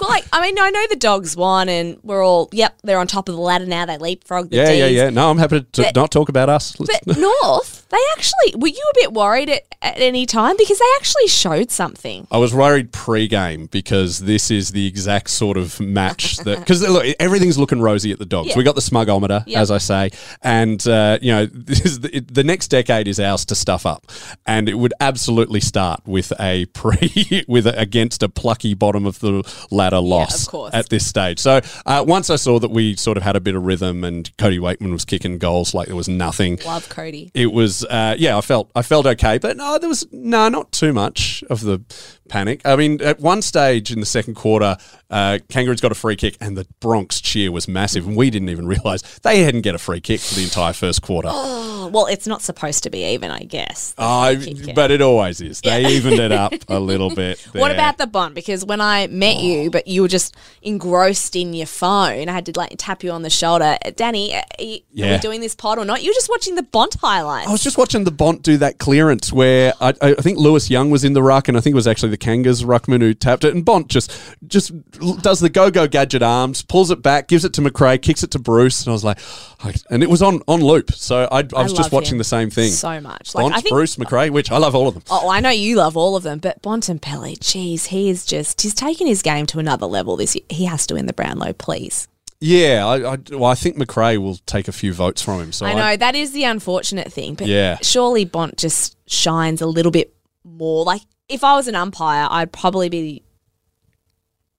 well, like, I mean, I know the dogs won, and we're all, yep, they're on top of the ladder now. They leapfrog the
yeah, yeah,
Ds.
yeah. No, I'm happy to
But-
not talk about us. Let's-
But North, they actually were you a bit worried at, at any time because they actually showed something.
I was worried pre-game because this is the exact sort of match that because look everything's looking rosy at the dogs.
Yeah.
We got the smugometer,
Yeah.
as I say, and uh, you know this is the, the next decade is ours to stuff up, and it would absolutely start with a pre with a, against a plucky bottom of the ladder loss
of course.
at this stage. So uh, once I saw that we sort of had a bit of rhythm and Cody Waitman was kicking goals like there was nothing.
Love Cody.
It was, uh, yeah, I felt I felt okay, but no, there was no, not too much of the panic. I mean, at one stage in the second quarter, uh, Kangaroos got a free kick, and the Bronx cheer was massive, and we didn't even realise they hadn't get a free kick for the entire first quarter.
Oh, well, it's not supposed to be even, I guess.
Oh, I-
kick.
but it always is. They evened it up a little bit.
What
there. Oh.
about the bond? Because when I met you, but you were just engrossed in your phone. I had to like tap you on the shoulder, Uh, Danny. uh, Are, you, are
Yeah. Oh,
we doing this pod or not? You were just watching the bond highlights.
I was just watching the Bont do that clearance where I, I I think Lewis Young was in the ruck, and I think it was actually the Kangas ruckman who tapped it. And Bont just just l- does the go go gadget arms, pulls it back, gives it to McRae, kicks it to Bruce, and I was like, I- and it was on on loop. So I, I was
love
just watching
him
the same thing
so much. Like,
Bont,
I think-
Bruce, McRae, which I love all of them.
Oh, I know you love all of them, but Bontempelli, geez, he is just, he's taken his game to another level this year. He has to win the Brownlow, please.
Yeah, I, I well, I think McRae will take a few votes from him. So
I know that is the unfortunate thing, but
Yeah.
surely Bont just shines a little bit more. Like if I was an umpire, I'd probably be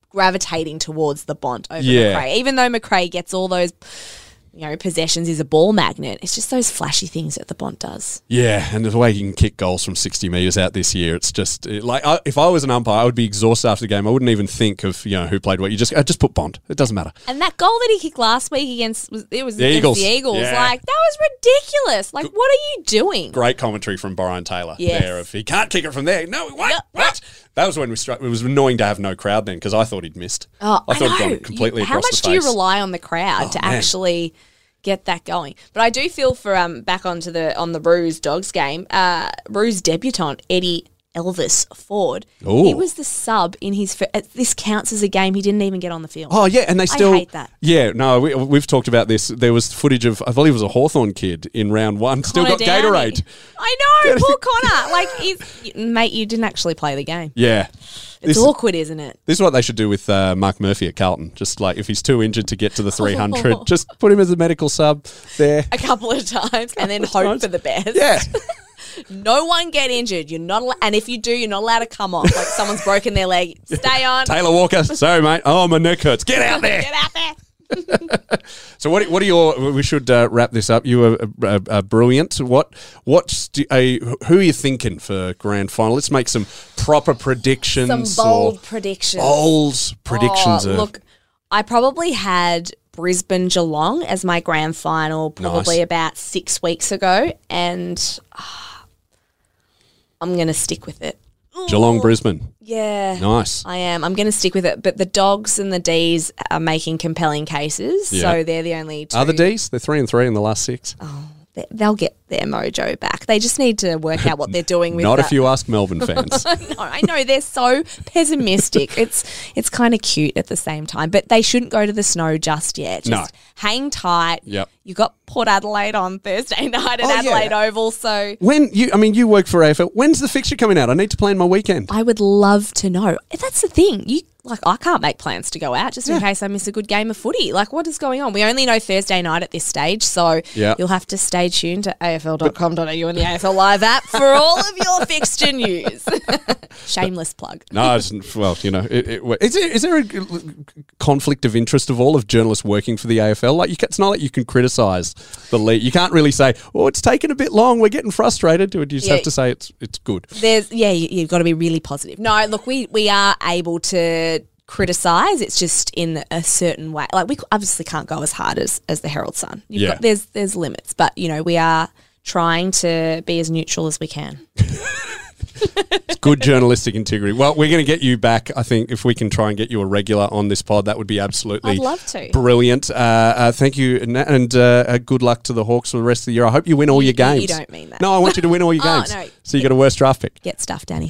gravitating towards the Bont over
Yeah.
McRae, even though McRae gets all those. You know, possessions is a ball magnet. It's just those flashy things that the Bont does.
Yeah, and the way he can kick goals from 60 metres out this year, it's just it, like I, if I was an umpire, I would be exhausted after the game. I wouldn't even think of you know who played what. You just I just put Bond. It doesn't matter.
And that goal that he kicked last week against was it was
The
against
Eagles.
the Eagles.
Yeah.
Like that was ridiculous. Like what are you doing?
Great commentary from Brian Taylor
Yes.
there. If he can't kick it from there, no, what?
Yeah,
what? That was when we struck. It was annoying to have no crowd then because I thought he'd missed.
Oh, I,
I thought
know.
he'd gone completely
You- how
across
much
the
do you
face. Oh,
rely on the crowd to
man.
actually get that going? But I do feel for um back onto the on the Ruse Dogs game. Uh, Ruse debutant Eddie Elvis Ford.
Ooh.
He was the sub in his. fir- uh, this counts as a game. He didn't even get on the field.
Oh yeah, and they still
hate that.
Yeah, no, we, we've talked about this. There was footage of I believe it was a Hawthorn kid in round one, still
Connor
got
Downey.
Gatorade.
I know, poor Connor. Like, he's, mate, you didn't actually play the game.
Yeah,
It's
This-
awkward, isn't it?
This is what they should do with uh, Mark Murphy at Carlton. Just like if he's too injured to get to the 300, just put him as a medical sub there.
A couple of times, and then hope for the best.
Yeah.
No one get injured. You're not, al- and if you do, you're not allowed to come off. Like someone's broken their leg, stay on.
Taylor Walker, sorry, mate. Oh, my neck hurts. Get out there.
Get out there.
So, what, what are your? We should uh, wrap this up. You were uh, uh, brilliant. What? What's? Do, uh, who are you thinking for grand final? Let's make some proper predictions.
Some
or
bold predictions.
bold predictions.
Oh,
of-
look, I probably had Brisbane Geelong as my grand final probably
Nice.
about six weeks ago, and ah, I'm gonna stick with it.
Geelong, Brisbane.
Yeah.
Nice.
I am. I'm going to stick with it, but the dogs and the D's are making compelling cases,
Yeah.
so they're the only two.
Are the D's? They're three and three in the last six.
they- They'll get their mojo back. They just need to work out what they're doing with.
Not
that.
if you ask Melbourne fans.
no, I know they're so pessimistic. It's it's kind of cute at the same time, but they shouldn't go to the snow just yet. Just
No.
hang tight.
Yep.
You got Port Adelaide on Thursday night at
Oh, yeah.
Adelaide Oval, so
When you, I mean, you work for AFL. When's the fixture coming out? I need to plan my weekend.
I would love to know. That's the thing. You like I can't make plans to go out just in case I miss a good game of footy. Like what is going on? We only know Thursday night at this stage, so
Yeah.
you'll have to stay tuned to afl.com.au and the AFL Live app for all of your fixture news. Shameless plug.
No, it's, well, you know, it, it, is, there, is there a conflict of interest of all of journalists working for the AFL? Like, you, ca- it's not like you can criticise the league. You can't really say, "Oh, it's taken a bit long. We're getting frustrated." You just
Yeah.
have to say it's it's good.
there's yeah you, you've got to be really positive no look we we are able to criticize it's just in a certain way like we obviously can't go as hard as as the herald sun You've
Yeah.
got, there's there's limits but you know we are trying to be as neutral as we can
It's good journalistic integrity. Well, we're going to get you back. I think if we can try and get you a regular on this pod, that would be absolutely
I'd love to.
brilliant. Uh, uh, thank you, and, and uh, uh, good luck to the Hawks for the rest of the year. I hope you win all your
you
games.
don't mean that.
No, I want you to win all your
Oh,
games.
no.
So you get a worst draft pick.
Get stuff, Danny.